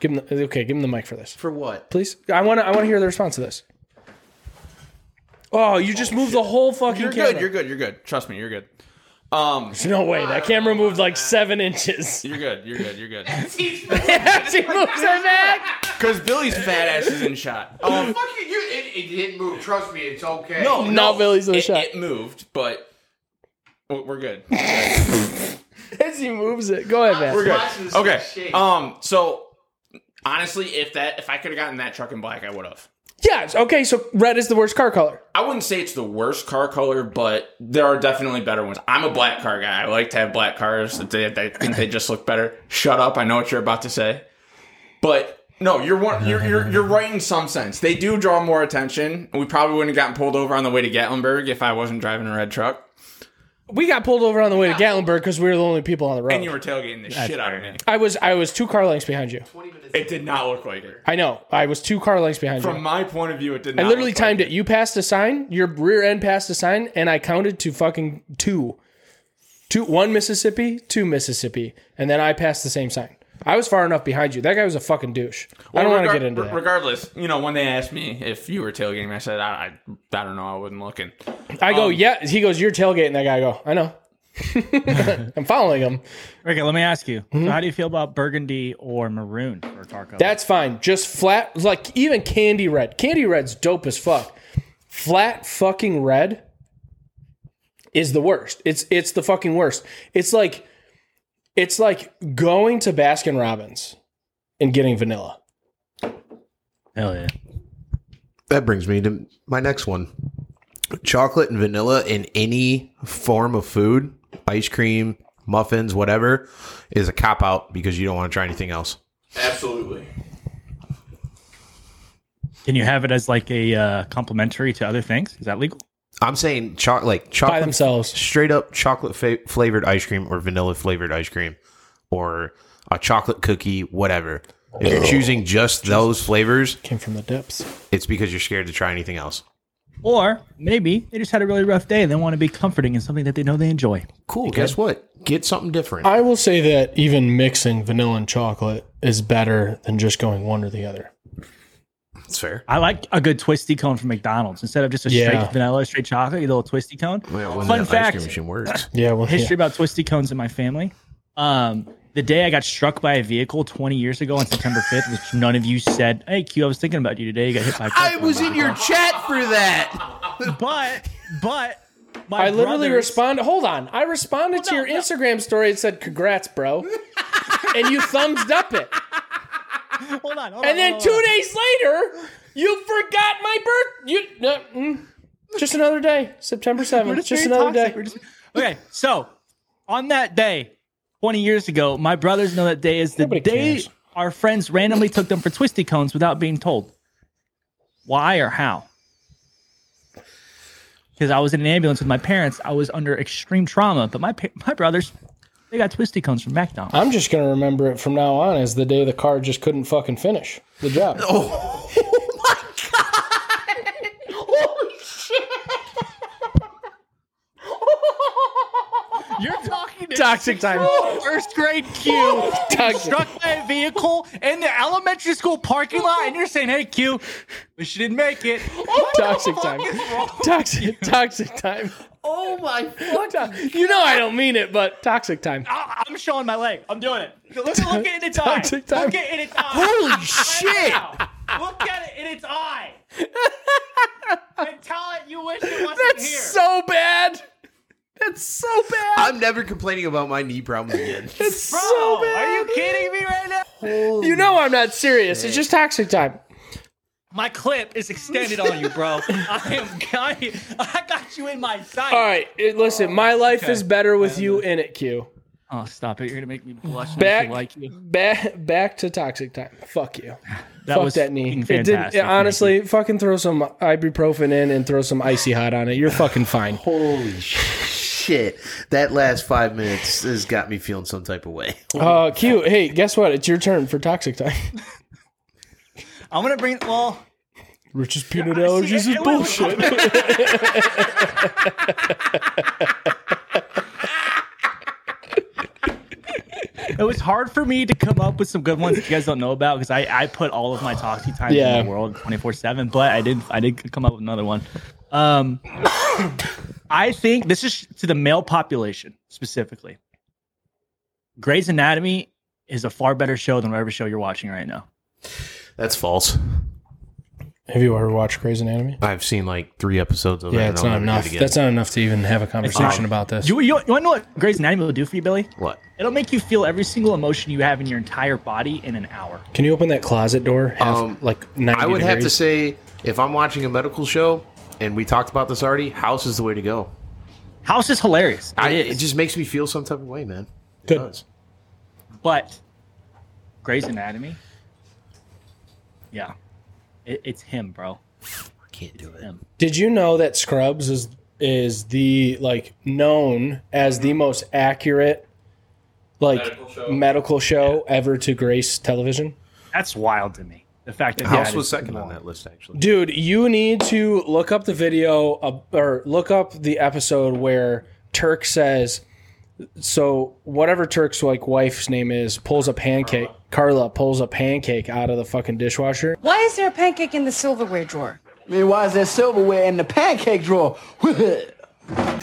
Speaker 2: Give him the, okay. Give him the mic for this,
Speaker 3: For what?
Speaker 2: please. I want to. I want to hear the response to this. Oh, you just moved the whole fucking
Speaker 5: You're
Speaker 2: camera.
Speaker 5: good. You're good. You're good. Trust me. You're good. Um,
Speaker 2: No way. That camera moved like seven inches.
Speaker 5: you're good. You're good. You're good.
Speaker 2: As he moves it back.
Speaker 5: Because Billy's fat ass is in shot. Um,
Speaker 3: Fucking you! It, it didn't move. Trust me, it's okay.
Speaker 5: no,
Speaker 2: No, Billy's in
Speaker 5: it,
Speaker 2: shot.
Speaker 5: It moved, but w- we're good.
Speaker 2: As he moves it. Go ahead, man.
Speaker 5: We're
Speaker 3: Glasses
Speaker 5: good.
Speaker 3: in
Speaker 5: Okay.
Speaker 3: shape.
Speaker 5: Um. So honestly, if that if I could have gotten that truck in black, I would have.
Speaker 2: Yes. Okay. So red is the worst car color.
Speaker 5: I wouldn't say it's the worst car color, but there are definitely better ones. I'm a black car guy. I like to have black cars. They, they think they just look better. Shut up. I know what you're about to say. But no, you're one, you're, you're you're right in some sense. They do draw more attention. We probably wouldn't have gotten pulled over on the way to Gatlinburg if I wasn't driving a red truck.
Speaker 2: We got pulled over on the way to Gatlinburg because we were the only people on the road.
Speaker 5: And you were tailgating the shit out of me.
Speaker 2: I was I was two car lengths behind you.
Speaker 5: It did not look like it.
Speaker 2: I know. I was two car lengths behind
Speaker 5: From
Speaker 2: you.
Speaker 5: my point of view, it did
Speaker 2: I
Speaker 5: not.
Speaker 2: literally
Speaker 5: look like
Speaker 2: timed it. You passed a sign. Your rear end passed a sign, and I counted to fucking two, two, one Mississippi, two Mississippi, and then I passed the same sign. I was far enough behind you. That guy was a fucking douche. I don't want to
Speaker 5: regar-
Speaker 2: get into
Speaker 5: re-
Speaker 2: that.
Speaker 5: Regardless, you know, when they asked me if you were tailgating, I said I, I, I don't know, I wasn't looking.
Speaker 2: I go,
Speaker 5: um,
Speaker 2: yeah. He goes, you're tailgating that guy. I go, I know. I'm following him.
Speaker 1: Okay, let me ask you.
Speaker 2: Hmm?
Speaker 1: So how do you feel about burgundy or maroon for Tarko?
Speaker 2: That's fine. Just flat, like even candy red. Candy red's dope as fuck. Flat fucking red is the worst. It's it's the fucking worst. It's like it's like going to Baskin Robbins and getting vanilla.
Speaker 1: hell yeah.
Speaker 3: That brings me to my next one. Chocolate and vanilla in any form of food, ice cream, muffins, whatever, is a cop out because you don't want to try anything else.
Speaker 5: Absolutely.
Speaker 1: Can you have it as like a uh, complimentary to other things? Is that legal?
Speaker 3: I'm saying cho- like
Speaker 2: By
Speaker 3: chocolate,
Speaker 2: themselves.
Speaker 3: straight up chocolate fa- flavored ice cream or vanilla flavored ice cream or a chocolate cookie, whatever. If you're choosing just those flavors,
Speaker 2: Came from the depths.
Speaker 3: it's because you're scared to try anything else.
Speaker 1: Or maybe they just had a really rough day and they want to be comforting in something that they know they enjoy.
Speaker 3: Cool. Guess what? Get something different.
Speaker 2: I will say that even mixing vanilla and chocolate is better than just going one or the other.
Speaker 3: That's fair.
Speaker 1: I like a good twisty cone from McDonald's instead of just a
Speaker 2: Yeah.
Speaker 1: straight vanilla, straight chocolate, a little twisty cone. Fun
Speaker 3: ice
Speaker 1: fact:
Speaker 3: cream machine works.
Speaker 2: Yeah, well, yeah.
Speaker 1: history about twisty cones in my family. Um, the day I got struck by a vehicle 20 years ago on September 5th, which none of you said, "Hey Q, I was thinking about you today. You got hit by." a car."
Speaker 3: I was in your chat for that.
Speaker 1: but but my
Speaker 2: I literally
Speaker 1: brother's-
Speaker 2: responded. Hold on, I responded to your Instagram story and said, "Congrats, bro," and you thumbs up it.
Speaker 1: Hold on, hold on,
Speaker 2: And then
Speaker 1: hold
Speaker 2: two
Speaker 1: on.
Speaker 2: days later, you forgot my birth. You no, mm. just another day, September
Speaker 1: We're
Speaker 2: seventh.
Speaker 1: just
Speaker 2: Just
Speaker 1: very
Speaker 2: another
Speaker 1: toxic.
Speaker 2: day.
Speaker 1: We're just- okay, so on that day, 20 years ago, my brothers know that day is the
Speaker 2: Nobody
Speaker 1: day
Speaker 2: cares.
Speaker 1: our friends randomly took them for twisty cones without being told why or how. Because I was in an ambulance with my parents, I was under extreme trauma. But my pa- my brothers, they got twisty cones from McDonald's.
Speaker 2: I'm just gonna remember it from now on as the day the car just couldn't fucking finish the job.
Speaker 1: You're talking to
Speaker 2: Toxic time.
Speaker 1: first grade Q struck by a vehicle in the elementary school parking lot, and you're saying, "Hey Q, she didn't make it."
Speaker 2: Toxic time. Toxic. Toxic time.
Speaker 3: Oh my
Speaker 2: To- You know I don't mean it, but toxic time.
Speaker 1: I- I'm showing my leg. I'm doing it. Look, look at it in its eye.
Speaker 2: Toxic time.
Speaker 1: Look at it in its eye.
Speaker 3: Holy shit!
Speaker 1: Now. Look at it in its eye. and tell it you wish it wasn't here.
Speaker 2: That's so bad. That's so bad.
Speaker 3: I'm never complaining about my knee problems again.
Speaker 1: Bro,
Speaker 2: so bad.
Speaker 1: Are you kidding me right now?
Speaker 2: You know I'm not serious. It's just toxic time.
Speaker 1: My clip is extended on you, bro. I am. I, I got you in my sight.
Speaker 2: All right, it- listen. My life is better with you in it, Q.
Speaker 1: Oh, stop it! You're gonna make me blush. and
Speaker 2: Back,
Speaker 1: actually like you.
Speaker 2: back, back to toxic time. Fuck you.
Speaker 1: That
Speaker 2: Fuck
Speaker 1: was
Speaker 2: that knee.
Speaker 1: fucking
Speaker 2: It did,
Speaker 1: fantastic.
Speaker 2: it, honestly, fucking throw some ibuprofen in and throw some icy hot on it. You're fucking fine.
Speaker 3: Holy shit! That last five minutes has got me feeling some type of way.
Speaker 2: Uh, Q. Hey, guess what? It's your turn for toxic time.
Speaker 1: I'm gonna bring. Well,
Speaker 2: Rich's peanut
Speaker 1: I see-
Speaker 2: allergies is
Speaker 1: it- it was-
Speaker 2: bullshit.
Speaker 1: for me to come up with some good ones that you guys don't know about because I, I put all of my toxic times
Speaker 2: Yeah.
Speaker 1: in the world twenty four seven, but I did I did come up with another one. Um, I think this is to the male population specifically. Grey's Anatomy is a far better show than whatever show you're watching right now.
Speaker 3: That's false.
Speaker 2: Have you ever watched Grey's Anatomy?
Speaker 3: I've seen like three episodes of it.
Speaker 2: Yeah,
Speaker 3: and
Speaker 2: it's
Speaker 3: I'll
Speaker 2: not
Speaker 3: never do it
Speaker 2: enough.
Speaker 3: again.
Speaker 2: That's not enough to even have a conversation about this.
Speaker 1: You you, you want to know what Grey's Anatomy will do for you, Billy?
Speaker 3: what?
Speaker 1: It'll make you feel every single emotion you have in your entire body in an hour.
Speaker 2: Can you open that closet door? Half,
Speaker 3: Um,
Speaker 2: like ninety
Speaker 3: I would have to
Speaker 2: degrees?
Speaker 3: say, if I'm watching a medical show, and we talked about this already, House is the way to go.
Speaker 1: House is hilarious. It
Speaker 3: I,
Speaker 1: is.
Speaker 3: it just makes me feel some type of way, man. It
Speaker 2: Good.
Speaker 3: does.
Speaker 1: But Grey's Anatomy, yeah, it, it's him, bro.
Speaker 3: I can't do it.
Speaker 1: Him.
Speaker 2: Did you know that Scrubs is is the like known as the most accurate like medical
Speaker 5: Medical
Speaker 2: show,
Speaker 5: show?
Speaker 2: ever to grace television?
Speaker 1: That's wild to me. The fact that
Speaker 3: House
Speaker 1: that
Speaker 3: was
Speaker 1: is-
Speaker 3: second on that list, actually.
Speaker 2: Dude, you need to look up the video uh, or look up the episode where Turk says so whatever Turk's like wife's name is pulls a pancake. Carla pulls a pancake out of the fucking dishwasher.
Speaker 7: Why is there a pancake in the silverware drawer?
Speaker 8: I mean, why is there silverware in the pancake drawer?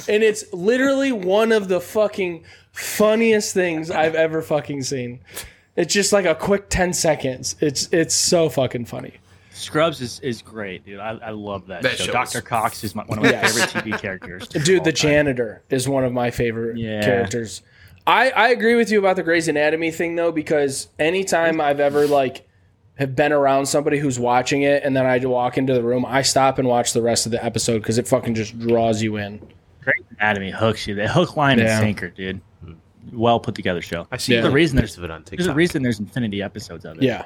Speaker 2: And it's literally one of the fucking funniest things I've ever fucking seen. It's just like a quick 10 seconds. It's it's so fucking funny.
Speaker 1: Scrubs is, is great, dude. I, I love that,
Speaker 3: That
Speaker 1: show.
Speaker 3: show
Speaker 1: Doctor
Speaker 3: is-
Speaker 1: Cox is my, one of my favorite TV characters.
Speaker 2: Dude, the janitor is one of my favorite
Speaker 1: Oh, Yeah.
Speaker 2: characters. I, I agree with you about the Grey's Anatomy thing though, because anytime I've ever like have been around somebody who's watching it and then I walk into the room, I stop and watch the rest of the episode because it fucking just draws you in.
Speaker 1: Grey's Anatomy hooks you. The hook, line,
Speaker 2: Yeah.
Speaker 1: and sinker, dude. Well put together show.
Speaker 3: I see
Speaker 2: Yeah.
Speaker 1: The reason
Speaker 3: bits
Speaker 1: there's
Speaker 3: of it on
Speaker 1: there's a
Speaker 3: TikTok.
Speaker 1: reason there's infinity episodes of it.
Speaker 2: Yeah.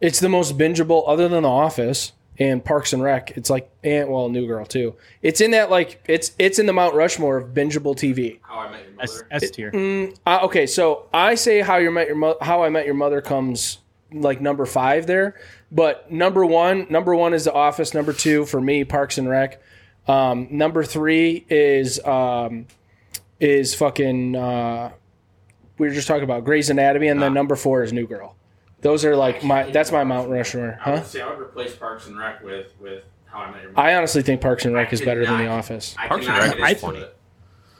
Speaker 2: It's the most bingeable other than The Office and Parks and Rec. It's like and well, New Girl too. It's in that like it's it's in the Mount Rushmore of bingeable TV.
Speaker 5: How I Met Your
Speaker 1: S,
Speaker 5: Mother.
Speaker 1: S tier.
Speaker 2: Uh, okay, so I say how you met your Mo- how I met your mother comes like number 5 there, but number 1, number 1 is The Office, number 2 for me Parks and Rec. Um, number 3 is um is fucking uh we were just talking about Grey's Anatomy and then number 4 is New Girl. Those are like my that's my Mount Rushmore,
Speaker 5: I
Speaker 2: huh?
Speaker 5: would say I would replace Parks and Rec with with How I Met Your Mother.
Speaker 2: I honestly think Parks and Rec is better than The Office.
Speaker 5: I
Speaker 3: Parks and
Speaker 5: cannot
Speaker 3: Rec
Speaker 5: get
Speaker 1: is
Speaker 5: into
Speaker 3: funny.
Speaker 5: it.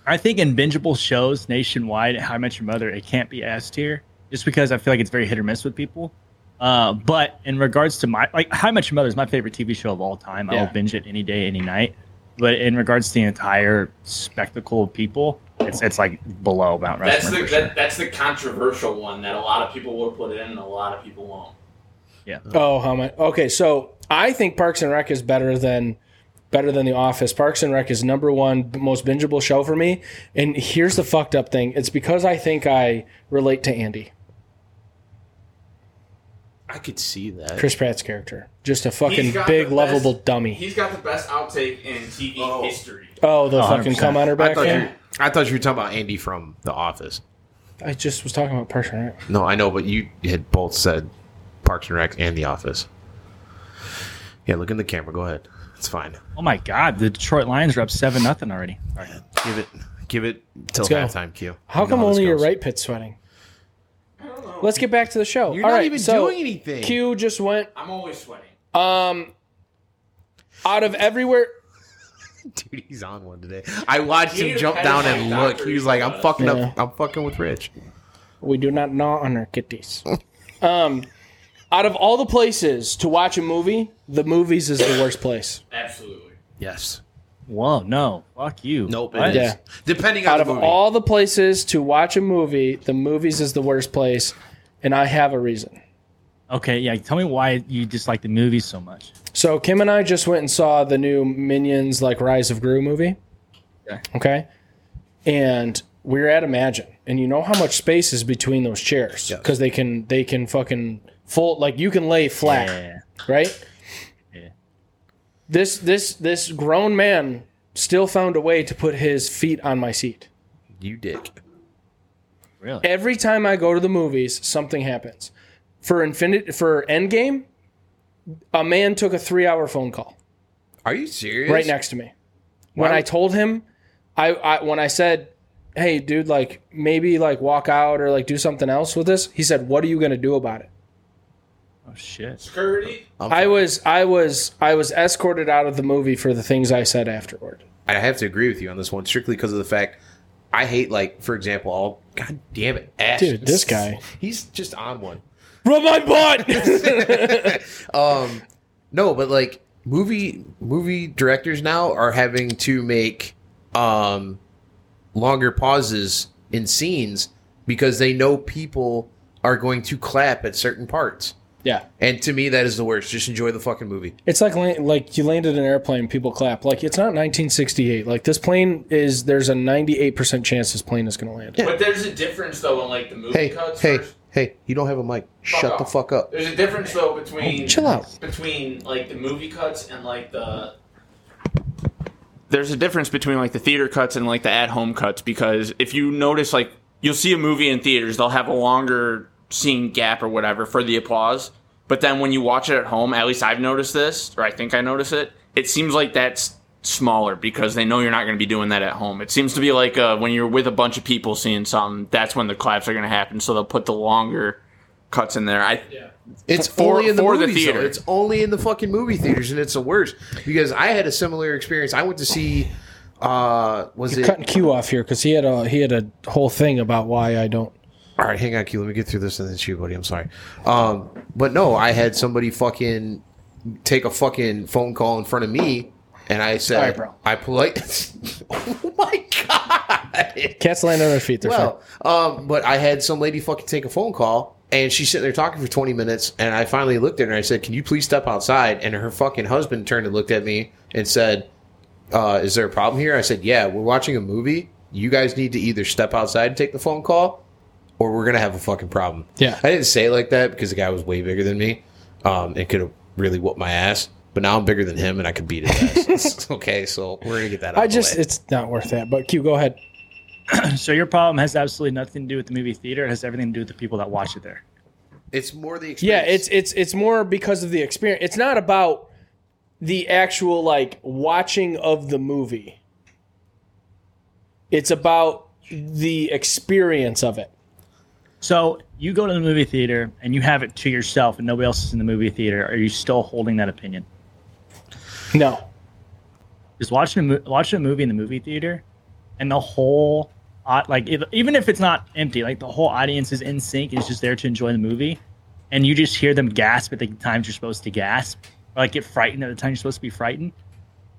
Speaker 1: I think in bingeable shows nationwide, How I Met Your Mother, it can't be S tier, just because I feel like it's very hit or miss with people. Uh, but in regards to my like How I Met Your Mother is my favorite TV show of all time.
Speaker 2: Yeah.
Speaker 1: I'll binge it any day, any night. But in regards to the entire spectacle of people, it's it's like below Mount
Speaker 5: That's
Speaker 1: Rushmore. for
Speaker 5: the
Speaker 1: sure.
Speaker 5: that, that's the controversial one that a lot of people will put in and a lot of people won't.
Speaker 2: Oh, how much? Okay, so I think Parks and Rec is better than better than The Office. Parks and Rec is number one b- most bingeable show for me. And here's the fucked up thing: it's because I think I relate to Andy,
Speaker 3: I could see that.
Speaker 2: Chris Pratt's character, just a
Speaker 5: He's
Speaker 2: fucking
Speaker 5: got
Speaker 2: big
Speaker 5: the
Speaker 2: lovable
Speaker 5: best-
Speaker 2: dummy.
Speaker 5: He's got the best outtake in TV history.
Speaker 2: Oh, the fucking
Speaker 1: 100%.
Speaker 2: come on her
Speaker 3: I
Speaker 2: back.
Speaker 3: thought, you
Speaker 2: thing?
Speaker 3: were, I thought you were talking about Andy from The Office.
Speaker 2: I just was talking about Parks and Rec.
Speaker 3: No, I know, but you had both said Parks and Rec and The Office. Yeah, look in the camera. Go ahead. It's fine.
Speaker 1: oh my god, the Detroit Lions are up seven nothing already. All right.
Speaker 3: Give it. Give it till
Speaker 2: go.
Speaker 3: halftime, Q.
Speaker 2: How
Speaker 3: You know
Speaker 2: come
Speaker 3: this
Speaker 2: only your
Speaker 3: goes.
Speaker 2: right pit's sweating? Let's get back to the show.
Speaker 3: You're
Speaker 2: All
Speaker 3: not
Speaker 2: right,
Speaker 3: even
Speaker 2: so
Speaker 3: doing anything.
Speaker 2: Q just went
Speaker 5: I'm always sweating.
Speaker 2: um out of everywhere.
Speaker 3: Dude, he's on one today. I watched
Speaker 5: He
Speaker 3: him jump
Speaker 5: had
Speaker 3: down
Speaker 5: his
Speaker 3: and
Speaker 5: eye
Speaker 3: look.
Speaker 5: doctor,
Speaker 3: He was like,
Speaker 5: uh,
Speaker 3: "I'm fucking
Speaker 2: Yeah.
Speaker 3: up. I'm fucking with Rich."
Speaker 2: We do not gnaw on our kitties. um, out of all the places to watch a movie, the movies is the worst place.
Speaker 5: Absolutely.
Speaker 3: Yes.
Speaker 1: Whoa, no, fuck you.
Speaker 3: Nope.
Speaker 1: What?
Speaker 3: It is.
Speaker 2: Yeah.
Speaker 3: Depending on
Speaker 2: Out
Speaker 3: the
Speaker 2: of
Speaker 3: movie.
Speaker 2: all the places to watch a movie, the movies is the worst place, and I have a reason.
Speaker 1: Okay, yeah. Tell me why you dislike the movie so much.
Speaker 2: So Kim and I just went and saw the new Minions like Rise of Gru movie. Okay. And we were at Imagine, and you know how much space is between those chairs because they can they can fucking fold like you can lay flat.
Speaker 1: Yeah.
Speaker 2: right? This this this grown man still found a way to put his feet on my seat.
Speaker 3: you dick.
Speaker 1: Really?
Speaker 2: Every time I go to the movies, something happens. For Infinite for Endgame, a man took a 3-hour phone call
Speaker 3: Are you serious?
Speaker 2: right next to me. When I told him I, I when I said hey, dude, like maybe like walk out or like do something else with this. He said, what are you going to do about it?
Speaker 9: Oh shit.
Speaker 5: Curdy.
Speaker 2: I was, I was, I was escorted out of the movie for the things I said afterward.
Speaker 3: I have to agree with you on this one, strictly because of the fact I hate, like, for example, all god damn it, Ash.
Speaker 2: Dude, this guy.
Speaker 3: He's just on one.
Speaker 2: Rub my butt.
Speaker 3: Um, no, but like movie movie directors now are having to make um longer pauses in scenes because they know people are going to clap at certain parts.
Speaker 2: yeah.
Speaker 3: And to me, that is the worst. Just enjoy the fucking movie.
Speaker 2: It's like la- like you landed an airplane, people clap. Like it's not 1968. Like this plane is there's a 98% chance this plane is going to land.
Speaker 5: But there's a difference though in like the movie
Speaker 3: Hey,
Speaker 5: cuts.
Speaker 3: hey,
Speaker 5: versus-
Speaker 3: hey! You don't have a mic. Shut the
Speaker 5: off.
Speaker 3: fuck up.
Speaker 5: There's a difference though between
Speaker 2: Oh, chill out.
Speaker 5: between like the movie cuts and like the. There's a difference between like the theater cuts and like the at home cuts because if you notice like you'll see a movie in theaters they'll have a longer scene gap or whatever for the applause, but then when you watch it at home, at least I've noticed this or I think I notice it. It seems like that's smaller because they know you're not going to be doing that at home. It seems to be like uh, when you're with a bunch of people seeing something, that's when the claps are going to happen. So they'll put the longer cuts in there. I
Speaker 3: It's
Speaker 5: For-
Speaker 3: only in the
Speaker 5: for the
Speaker 3: movies, though.
Speaker 5: theater.
Speaker 3: It's only in the fucking movie theaters, and it's the worst because I had a similar experience. I went to see, uh, was it?
Speaker 2: Cutting Q off here cuz he had a he had a whole thing about why I don't
Speaker 3: All right, hang on, Q. Let me get through this and then shoot, buddy. I'm sorry. Um, but no, I had somebody fucking take a fucking phone call in front of me, and I said,
Speaker 2: Sorry, bro.
Speaker 3: I polite. oh my god.
Speaker 2: Cats land on their feet. They're fine.
Speaker 3: Well, um, but I had some lady fucking take a phone call, and she's sitting there talking for 20 minutes, and I finally looked at her and I said, "Can you please step outside?" And her fucking husband turned and looked at me and said, uh, "Is there a problem here?" I said, "Yeah, we're watching a movie. You guys need to either step outside and take the phone call, or we're gonna have a fucking problem."
Speaker 2: Yeah.
Speaker 3: I didn't say it like that because the guy was way bigger than me, um, and could have really whooped my ass. But now I'm bigger than him, and I could beat his ass. okay, so we're gonna get that. Out
Speaker 2: I
Speaker 3: of the
Speaker 2: just
Speaker 3: way.
Speaker 2: it's not worth that. But Q go ahead.
Speaker 9: So your problem has absolutely nothing to do with the movie theater. It has everything to do with the people that watch it there.
Speaker 3: it's more the
Speaker 2: Yeah,
Speaker 3: experience.
Speaker 2: it's it's it's more because of the experience. It's not about the actual like watching of the movie. It's about the experience of it.
Speaker 9: So you go to the movie theater and you have it to yourself, and nobody else is in the movie theater. Are you still holding that opinion?
Speaker 2: No.
Speaker 9: Because watching a mo- watching a movie in the movie theater, and the whole au- like if, even if it's not empty, like the whole audience is in sync and is just there to enjoy the movie, and you just hear them gasp at the times you're supposed to gasp, or like get frightened at the time you're supposed to be frightened.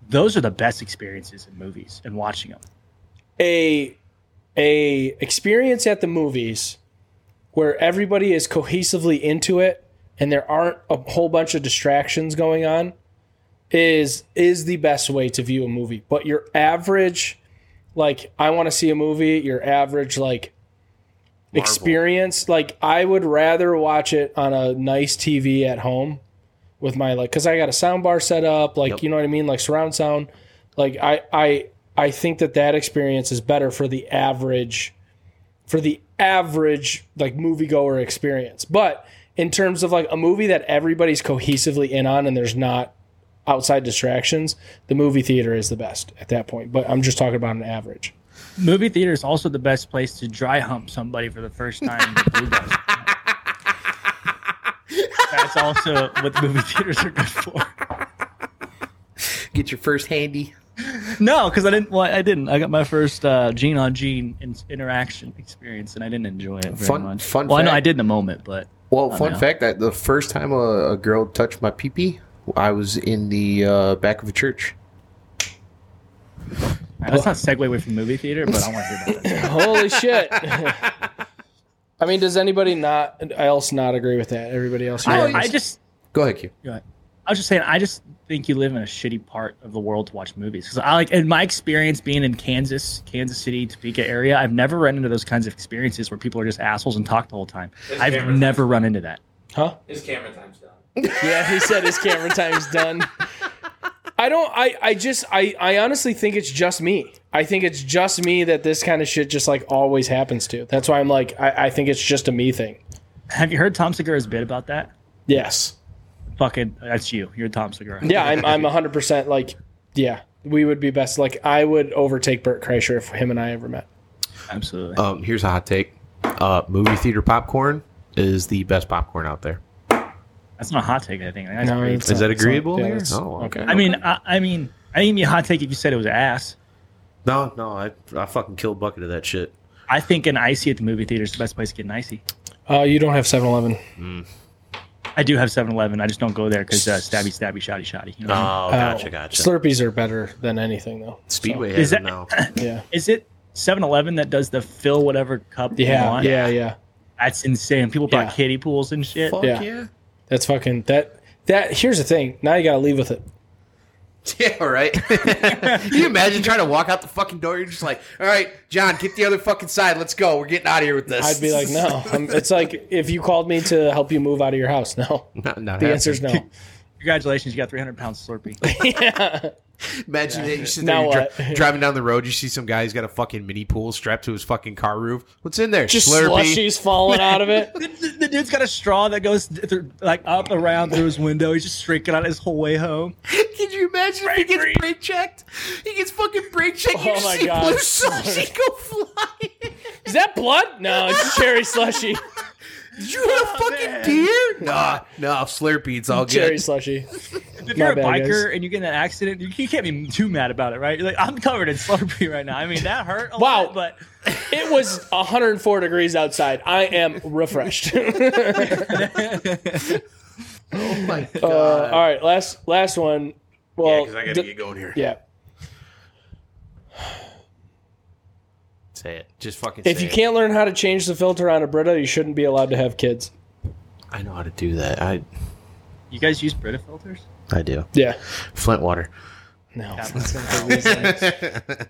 Speaker 9: Those are the best experiences in movies and watching them.
Speaker 2: a a experience at the movies where everybody is cohesively into it and there aren't a whole bunch of distractions going on is is the best way to view a movie but your average like i want to see a movie your average like experience like i would rather watch it on a nice tv at home with my like because i got a sound bar set up like you know what i mean like surround sound like i i i think that that experience is better for the average for the average like moviegoer experience but in terms of like a movie that everybody's cohesively in on and there's not outside distractions the movie theater is the best at that point but i'm just talking about an average
Speaker 9: Movie theater is also the best place to dry hump somebody for the first time. in the blue bus. That's also what movie theaters are good for.
Speaker 3: get your first handy.
Speaker 9: No, because I didn't. Well, I didn't. I got my first uh, gene on gene in- interaction experience, and I didn't enjoy it very
Speaker 3: Fun-
Speaker 9: much.
Speaker 3: fun
Speaker 9: well, I know
Speaker 3: fact.
Speaker 9: I did in a moment, but
Speaker 3: Well,
Speaker 2: Oh,
Speaker 3: fun
Speaker 9: no.
Speaker 3: fact that the first time a, a girl touched my pee pee, I was in the uh, back of a church.
Speaker 9: all right, uh, let's not segue away from movie theater. But I want to hear about that.
Speaker 2: holy shit i mean does anybody not else not agree with that everybody else here
Speaker 9: I, I just,
Speaker 3: Go ahead, Q.
Speaker 9: I was just saying, I just think you live in a shitty part of the world to watch movies. Because I like, in my experience being in Kansas, Kansas City, Topeka area, I've never run into those kinds of experiences where people are just assholes and talk the whole time. I've
Speaker 5: Cameron.
Speaker 9: never run into that.
Speaker 2: huh
Speaker 5: His camera time's done.
Speaker 2: Yeah, he said his camera time's done. I don't I I just I I honestly think it's just me. I think it's just me that this kind of shit just like always happens to. That's why I'm like I, I think it's just a me thing.
Speaker 9: Have you heard Tom Segura's bit about that?
Speaker 2: Yes.
Speaker 9: Fucking, that's you. You're Tom Segura.
Speaker 2: Yeah, I'm I'm 100% like yeah, we would be best like I would overtake Burt Kreischer if him and I ever met.
Speaker 9: Absolutely.
Speaker 3: Um, here's a hot take: uh, movie theater popcorn is the best popcorn out there.
Speaker 9: That's not a hot take. I think. I think that's
Speaker 2: No,
Speaker 9: pretty-
Speaker 2: it's
Speaker 3: Is
Speaker 2: not-
Speaker 3: that
Speaker 2: it's not-
Speaker 3: agreeable?
Speaker 2: yeah,
Speaker 3: there?
Speaker 2: it's-
Speaker 3: oh, okay.
Speaker 9: I mean, I, I mean, I think it'd be a hot take if you said it was ass.
Speaker 3: no, no, I, I fucking killed a bucket of that shit.
Speaker 9: I think an icy at the movie theater is the best place to get an icy.
Speaker 2: Oh, you don't have 7-Eleven.
Speaker 9: I do have 7-Eleven. I just don't go there because uh, stabby, stabby, shoddy, shoddy. You know?
Speaker 3: Oh, gotcha, gotcha.
Speaker 2: Slurpees are better than anything though.
Speaker 3: Speedway
Speaker 9: Is
Speaker 3: has it now.
Speaker 9: that-
Speaker 2: Yeah.
Speaker 9: is it 7-Eleven that does the fill whatever cup you
Speaker 2: Yeah.
Speaker 9: want?
Speaker 2: Yeah. Yeah.
Speaker 9: That's insane. People brought
Speaker 2: Yeah.
Speaker 9: kiddie pools and shit.
Speaker 3: Fuck
Speaker 2: Yeah.
Speaker 3: yeah.
Speaker 2: That's fucking that. That here's the thing. Now you gotta leave with it.
Speaker 3: Yeah, all right. Can you imagine trying to walk out the fucking door? You're just like, all right, John, get the other fucking side. Let's go. We're getting out of here with this.
Speaker 2: I'd be like, no. I'm, it's like if you called me to help you move out of your house. No,
Speaker 3: Not- not
Speaker 2: the
Speaker 3: happening.
Speaker 2: answer's no.
Speaker 9: Congratulations, you got 300 pounds Slurpee.
Speaker 3: Imagine that you sit
Speaker 2: Now
Speaker 3: there, you're
Speaker 2: what?
Speaker 3: dri- driving down the road, you see some guy who's got a fucking mini pool strapped to his fucking car roof. What's in there?
Speaker 2: Just
Speaker 3: Slurpee.
Speaker 2: slushies falling out of it.
Speaker 9: the, the- the dude's got a straw that goes th- through, like up around through his window. He's just drinking on his whole way home.
Speaker 3: Can you imagine if he gets brake checked? He gets fucking brake checked.
Speaker 2: Oh
Speaker 3: you just
Speaker 2: my
Speaker 3: see
Speaker 2: God.
Speaker 3: blue slushie go flying.
Speaker 2: Is that blood? No, it's cherry slushy.
Speaker 3: Did you
Speaker 2: Oh,
Speaker 3: have a fucking deer? Nah, nah, Slurpee. It's all
Speaker 2: Cherry
Speaker 3: good.
Speaker 2: slushy.
Speaker 9: If you're a
Speaker 2: bad,
Speaker 9: biker
Speaker 2: guys.
Speaker 9: and you get in an accident, you, you can't be too mad about it, right? You're like, I'm covered in Slurpee right now. I mean, that hurt a
Speaker 2: Wow.
Speaker 9: lot, but
Speaker 2: It was 104 degrees outside. I am refreshed.
Speaker 3: Oh my god.
Speaker 2: Uh, all right, last last one. Well,
Speaker 3: Because I gotta
Speaker 2: d-
Speaker 3: get going here.
Speaker 2: yeah.
Speaker 3: Say it. Just fucking.
Speaker 2: If
Speaker 3: say
Speaker 2: you
Speaker 3: it.
Speaker 2: can't learn how to change the filter on a Brita, you shouldn't be allowed to have kids.
Speaker 3: I know how to do that. I
Speaker 9: you guys use Brita filters?
Speaker 3: I do.
Speaker 2: Yeah.
Speaker 3: Flint water.
Speaker 2: No.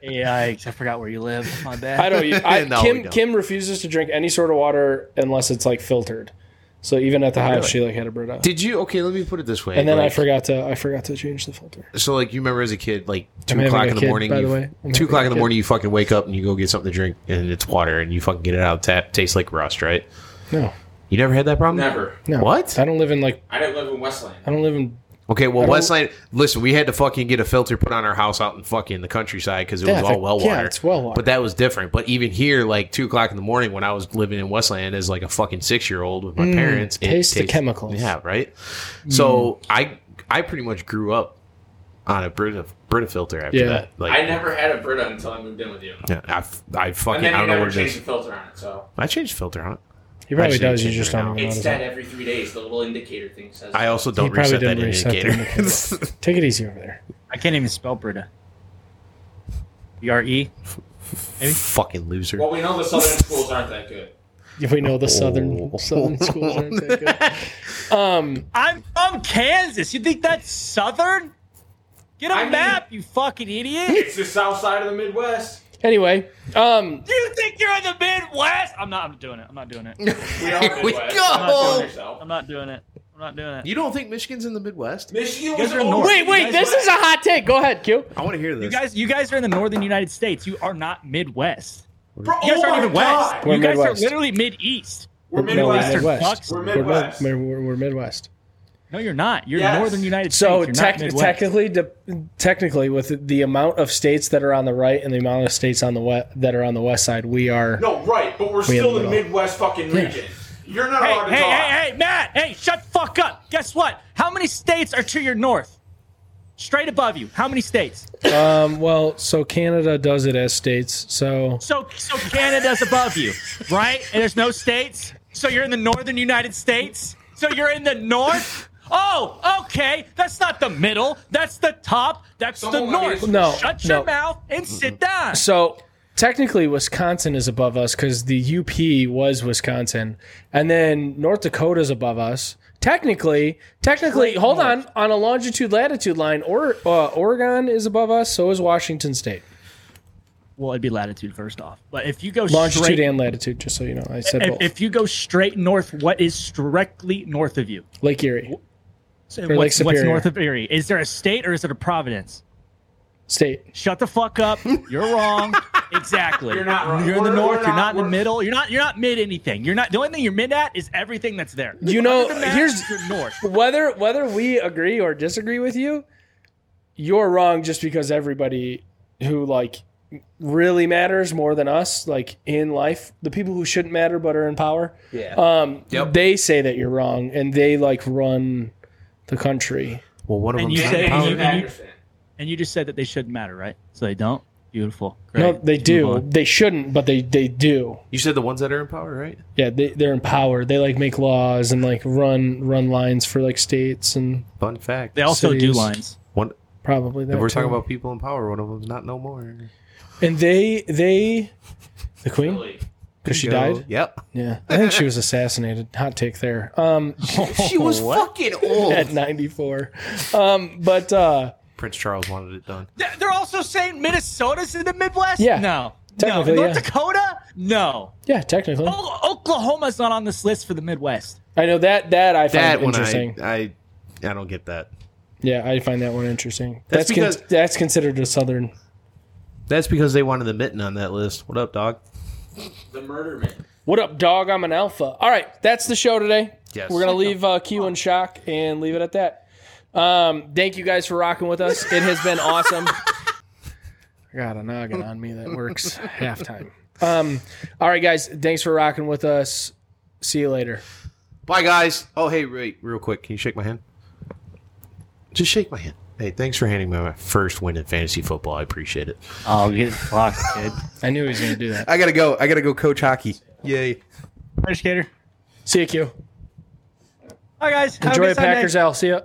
Speaker 9: Yikes! I forgot where you live. My bad.
Speaker 2: I don't. u- I,
Speaker 3: No, we
Speaker 2: Kim
Speaker 3: don't.
Speaker 2: Kim refuses to drink any sort of water unless it's like filtered. So even at the house, she like had a Brita.
Speaker 3: Did you? Okay, let me put it this way.
Speaker 2: and then I
Speaker 3: like-
Speaker 2: forgot to I forgot to change the filter.
Speaker 3: So like you remember as a kid, like two
Speaker 2: I'm having
Speaker 3: o'clock
Speaker 2: a
Speaker 3: in the
Speaker 2: kid,
Speaker 3: morning.
Speaker 2: by
Speaker 3: you,
Speaker 2: the way. I'm having
Speaker 3: two o'clock
Speaker 2: a
Speaker 3: in the
Speaker 2: kid.
Speaker 3: morning, you fucking wake up and you go get something to drink, and it's water, and you fucking get it out of the tap. Tastes like rust, right?
Speaker 2: No,
Speaker 3: You never had that problem.
Speaker 5: Never.
Speaker 2: no.
Speaker 3: What?
Speaker 2: I don't live in like
Speaker 5: I didn't live in Westland.
Speaker 2: I don't live in.
Speaker 3: Okay, well,
Speaker 2: don't-
Speaker 3: Westland. Listen, we had to fucking get a filter put on our house out in fucking the countryside because it
Speaker 2: Yeah,
Speaker 3: was
Speaker 2: the-
Speaker 3: all well
Speaker 2: yeah,
Speaker 3: water.
Speaker 2: it's well water.
Speaker 3: But that was different. But even here, like two o'clock in the morning, when I was living in Westland as like a fucking six year old with my parents, it
Speaker 2: Mm, taste the
Speaker 3: tastes-
Speaker 2: chemicals. Mm.
Speaker 3: Yeah, right. So I I pretty much grew up on a Brita Brita filter after
Speaker 2: Yeah.
Speaker 3: that. Like
Speaker 5: I never had a Brita until I moved in with you.
Speaker 3: Yeah, I, f- I fucking
Speaker 5: And
Speaker 3: I
Speaker 5: then you
Speaker 3: don't know
Speaker 5: never
Speaker 3: what it
Speaker 5: changed the
Speaker 3: is.
Speaker 5: filter on it, so
Speaker 3: I changed the filter on. it.
Speaker 2: He probably
Speaker 3: Actually,
Speaker 2: does.
Speaker 3: it
Speaker 2: You
Speaker 3: changed
Speaker 2: just
Speaker 3: right
Speaker 2: don't even
Speaker 3: now.
Speaker 5: it's
Speaker 2: notice
Speaker 5: that
Speaker 2: it.
Speaker 5: every three days. The little indicator thing says.
Speaker 3: I also don't
Speaker 2: probably
Speaker 3: reset that
Speaker 2: didn't reset the
Speaker 3: indicator.
Speaker 2: Take it easy over there.
Speaker 9: I can't even spell Brita. B R E.
Speaker 3: fucking loser.
Speaker 5: well, we know the southern schools aren't that good.
Speaker 2: If we know the southern
Speaker 3: Oh.
Speaker 2: southern schools aren't that good.
Speaker 9: I'm from Kansas. You think that's southern? Get a
Speaker 5: I mean-
Speaker 9: map, you fucking idiot.
Speaker 5: It's the south side of the Midwest.
Speaker 2: Anyway, um,
Speaker 9: Do you think you're in the Midwest? I'm not. I'm doing it. I'm not doing it.
Speaker 5: We are
Speaker 3: Here we
Speaker 5: Midwest.
Speaker 3: go.
Speaker 5: I'm not doing yourself.
Speaker 9: I'm not doing it. I'm not doing it.
Speaker 3: you don't think Michigan's in the Midwest?
Speaker 5: Michigan
Speaker 9: guys
Speaker 5: was
Speaker 9: are
Speaker 5: over-
Speaker 9: north.
Speaker 2: wait, wait. This is a hot take. Go ahead, Q.
Speaker 3: I want to hear this.
Speaker 9: You guys, you guys are in the northern United States. You are not Midwest.
Speaker 5: Bro,
Speaker 9: You guys
Speaker 5: oh
Speaker 9: aren't
Speaker 5: my
Speaker 9: even West.
Speaker 5: God.
Speaker 2: We're
Speaker 9: you guys
Speaker 2: Midwest.
Speaker 9: are literally Mid East.
Speaker 5: We're Midwest.
Speaker 9: Midwest.
Speaker 5: We're
Speaker 2: We're, mid-
Speaker 5: Midwest.
Speaker 2: we're, we're, we're Midwest.
Speaker 9: No, you're not. You're
Speaker 5: Yes.
Speaker 9: northern United
Speaker 2: So
Speaker 9: States. You're
Speaker 2: tec-
Speaker 9: not Midwest.
Speaker 2: technically, de- technically, with the amount of states that are on the right and the amount of states on the west that are on the west side, we are.
Speaker 5: No, right, but we're still the
Speaker 2: little-
Speaker 5: Midwest fucking region. You're not allowed to
Speaker 9: Hey, hey,
Speaker 5: talk.
Speaker 9: hey, hey, Matt! Hey, shut the fuck up! Guess what? How many states are to your north? Straight above you. How many states?
Speaker 2: Um, well, so Canada does it as states. So
Speaker 9: So, so Canada's above you, right? And there's no states. So you're in the northern United States. So you're in the north. Oh, okay. That's not the middle. That's the top. That's
Speaker 5: Someone
Speaker 9: the
Speaker 5: wanna
Speaker 9: north.
Speaker 5: get-
Speaker 2: No,
Speaker 9: Shut
Speaker 2: no.
Speaker 9: your mouth and sit down.
Speaker 2: so technically, Wisconsin is above us because the UP was Wisconsin, and then North Dakota's above us. Technically, technically, hold on. On a longitude latitude line, or uh, Oregon is above us. So is Washington State.
Speaker 9: Well, it'd be latitude first off. But if you go
Speaker 2: Longitude
Speaker 9: straight,
Speaker 2: and latitude, just so you know, I said
Speaker 9: if,
Speaker 2: both.
Speaker 9: if you go straight north, what is strictly north of you?
Speaker 2: Lake Erie
Speaker 9: So
Speaker 2: Lake
Speaker 9: what's, what's
Speaker 2: Superior.
Speaker 9: north of Erie? Is there a state or is it a province?
Speaker 2: State.
Speaker 9: Shut the fuck up. You're wrong. exactly.
Speaker 5: You're not wrong.
Speaker 9: You're in the
Speaker 5: We're-
Speaker 9: north.
Speaker 5: we're
Speaker 9: You're
Speaker 5: not-
Speaker 9: not in the
Speaker 5: we're-
Speaker 9: middle. You're not. You're not mid anything. You're not. The only thing you're mid at is everything that's there.
Speaker 2: You know,
Speaker 9: Other than that,
Speaker 2: here's
Speaker 9: you're north.
Speaker 2: whether whether we agree or disagree with you, you're wrong just because everybody who like really matters more than us, like in life, the people who shouldn't matter but are in power.
Speaker 3: Yeah.
Speaker 2: Um,
Speaker 3: Yep.
Speaker 2: they say that you're wrong, and they like run the country.
Speaker 3: Well, one of
Speaker 9: And
Speaker 3: them.
Speaker 9: you say and you, and, you,
Speaker 5: Patterson.
Speaker 9: and you just said that they shouldn't matter, right? So they don't. Beautiful.
Speaker 2: No,
Speaker 9: Great.
Speaker 2: they
Speaker 9: Let's move
Speaker 2: do.
Speaker 9: on.
Speaker 2: They shouldn't, but they they do.
Speaker 3: you said the ones that are in power, right?
Speaker 2: Yeah, they, they're in power. They like make laws and like run run lines for like states and
Speaker 3: Fun fact.
Speaker 9: They also do
Speaker 2: cities.
Speaker 9: lines.
Speaker 3: one.
Speaker 2: probably that.
Speaker 3: If we're
Speaker 2: too.
Speaker 3: talking about people in power, one of them's not no more.
Speaker 2: and they they the queen because she
Speaker 3: Go-
Speaker 2: died.
Speaker 3: Yep.
Speaker 2: Yeah, I think she was assassinated. Hot take there. Um,
Speaker 3: She was fucking old.
Speaker 2: at 94. Um, but uh,
Speaker 3: Prince Charles wanted it done.
Speaker 9: They're they're also saying Minnesota's in the Midwest.
Speaker 2: Yeah.
Speaker 9: No. No.
Speaker 2: Technically,
Speaker 9: North
Speaker 2: yeah.
Speaker 9: Dakota. No.
Speaker 2: yeah, technically,
Speaker 9: O- Oklahoma's not on this list for the Midwest.
Speaker 2: I know that that I find
Speaker 3: That one, I,
Speaker 2: interesting.
Speaker 3: I, I don't get that.
Speaker 2: yeah, I find that one interesting. That's
Speaker 3: That's
Speaker 2: con-
Speaker 3: because-
Speaker 2: that's considered a southern.
Speaker 3: That's because they wanted the mitten on that list. What up, dog?
Speaker 5: The murder man.
Speaker 2: What up, dog? I'm an alpha. All right, that's the show today.
Speaker 3: Yes.
Speaker 2: We're gonna leave uh, Q in shock and leave it at that. Um, thank you guys for rocking with us. It has been awesome. I got a noggin on me that works halftime. Um, all right, guys, thanks for rocking with us. See you later.
Speaker 3: Bye, guys. Oh, hey, wait, real quick. Can you shake my hand? Just shake my hand. Hey, thanks for handing me my first win in fantasy football. I appreciate it.
Speaker 9: Oh, get fucked, kid.
Speaker 2: I knew he was gonna do that.
Speaker 3: I gotta go. I gotta go coach hockey. Yay.
Speaker 9: Appreciate it.
Speaker 2: See you, Q.
Speaker 9: Hi guys. Have a
Speaker 2: Enjoy
Speaker 9: good
Speaker 2: it,
Speaker 9: Sunday.
Speaker 2: Packers. L. See ya.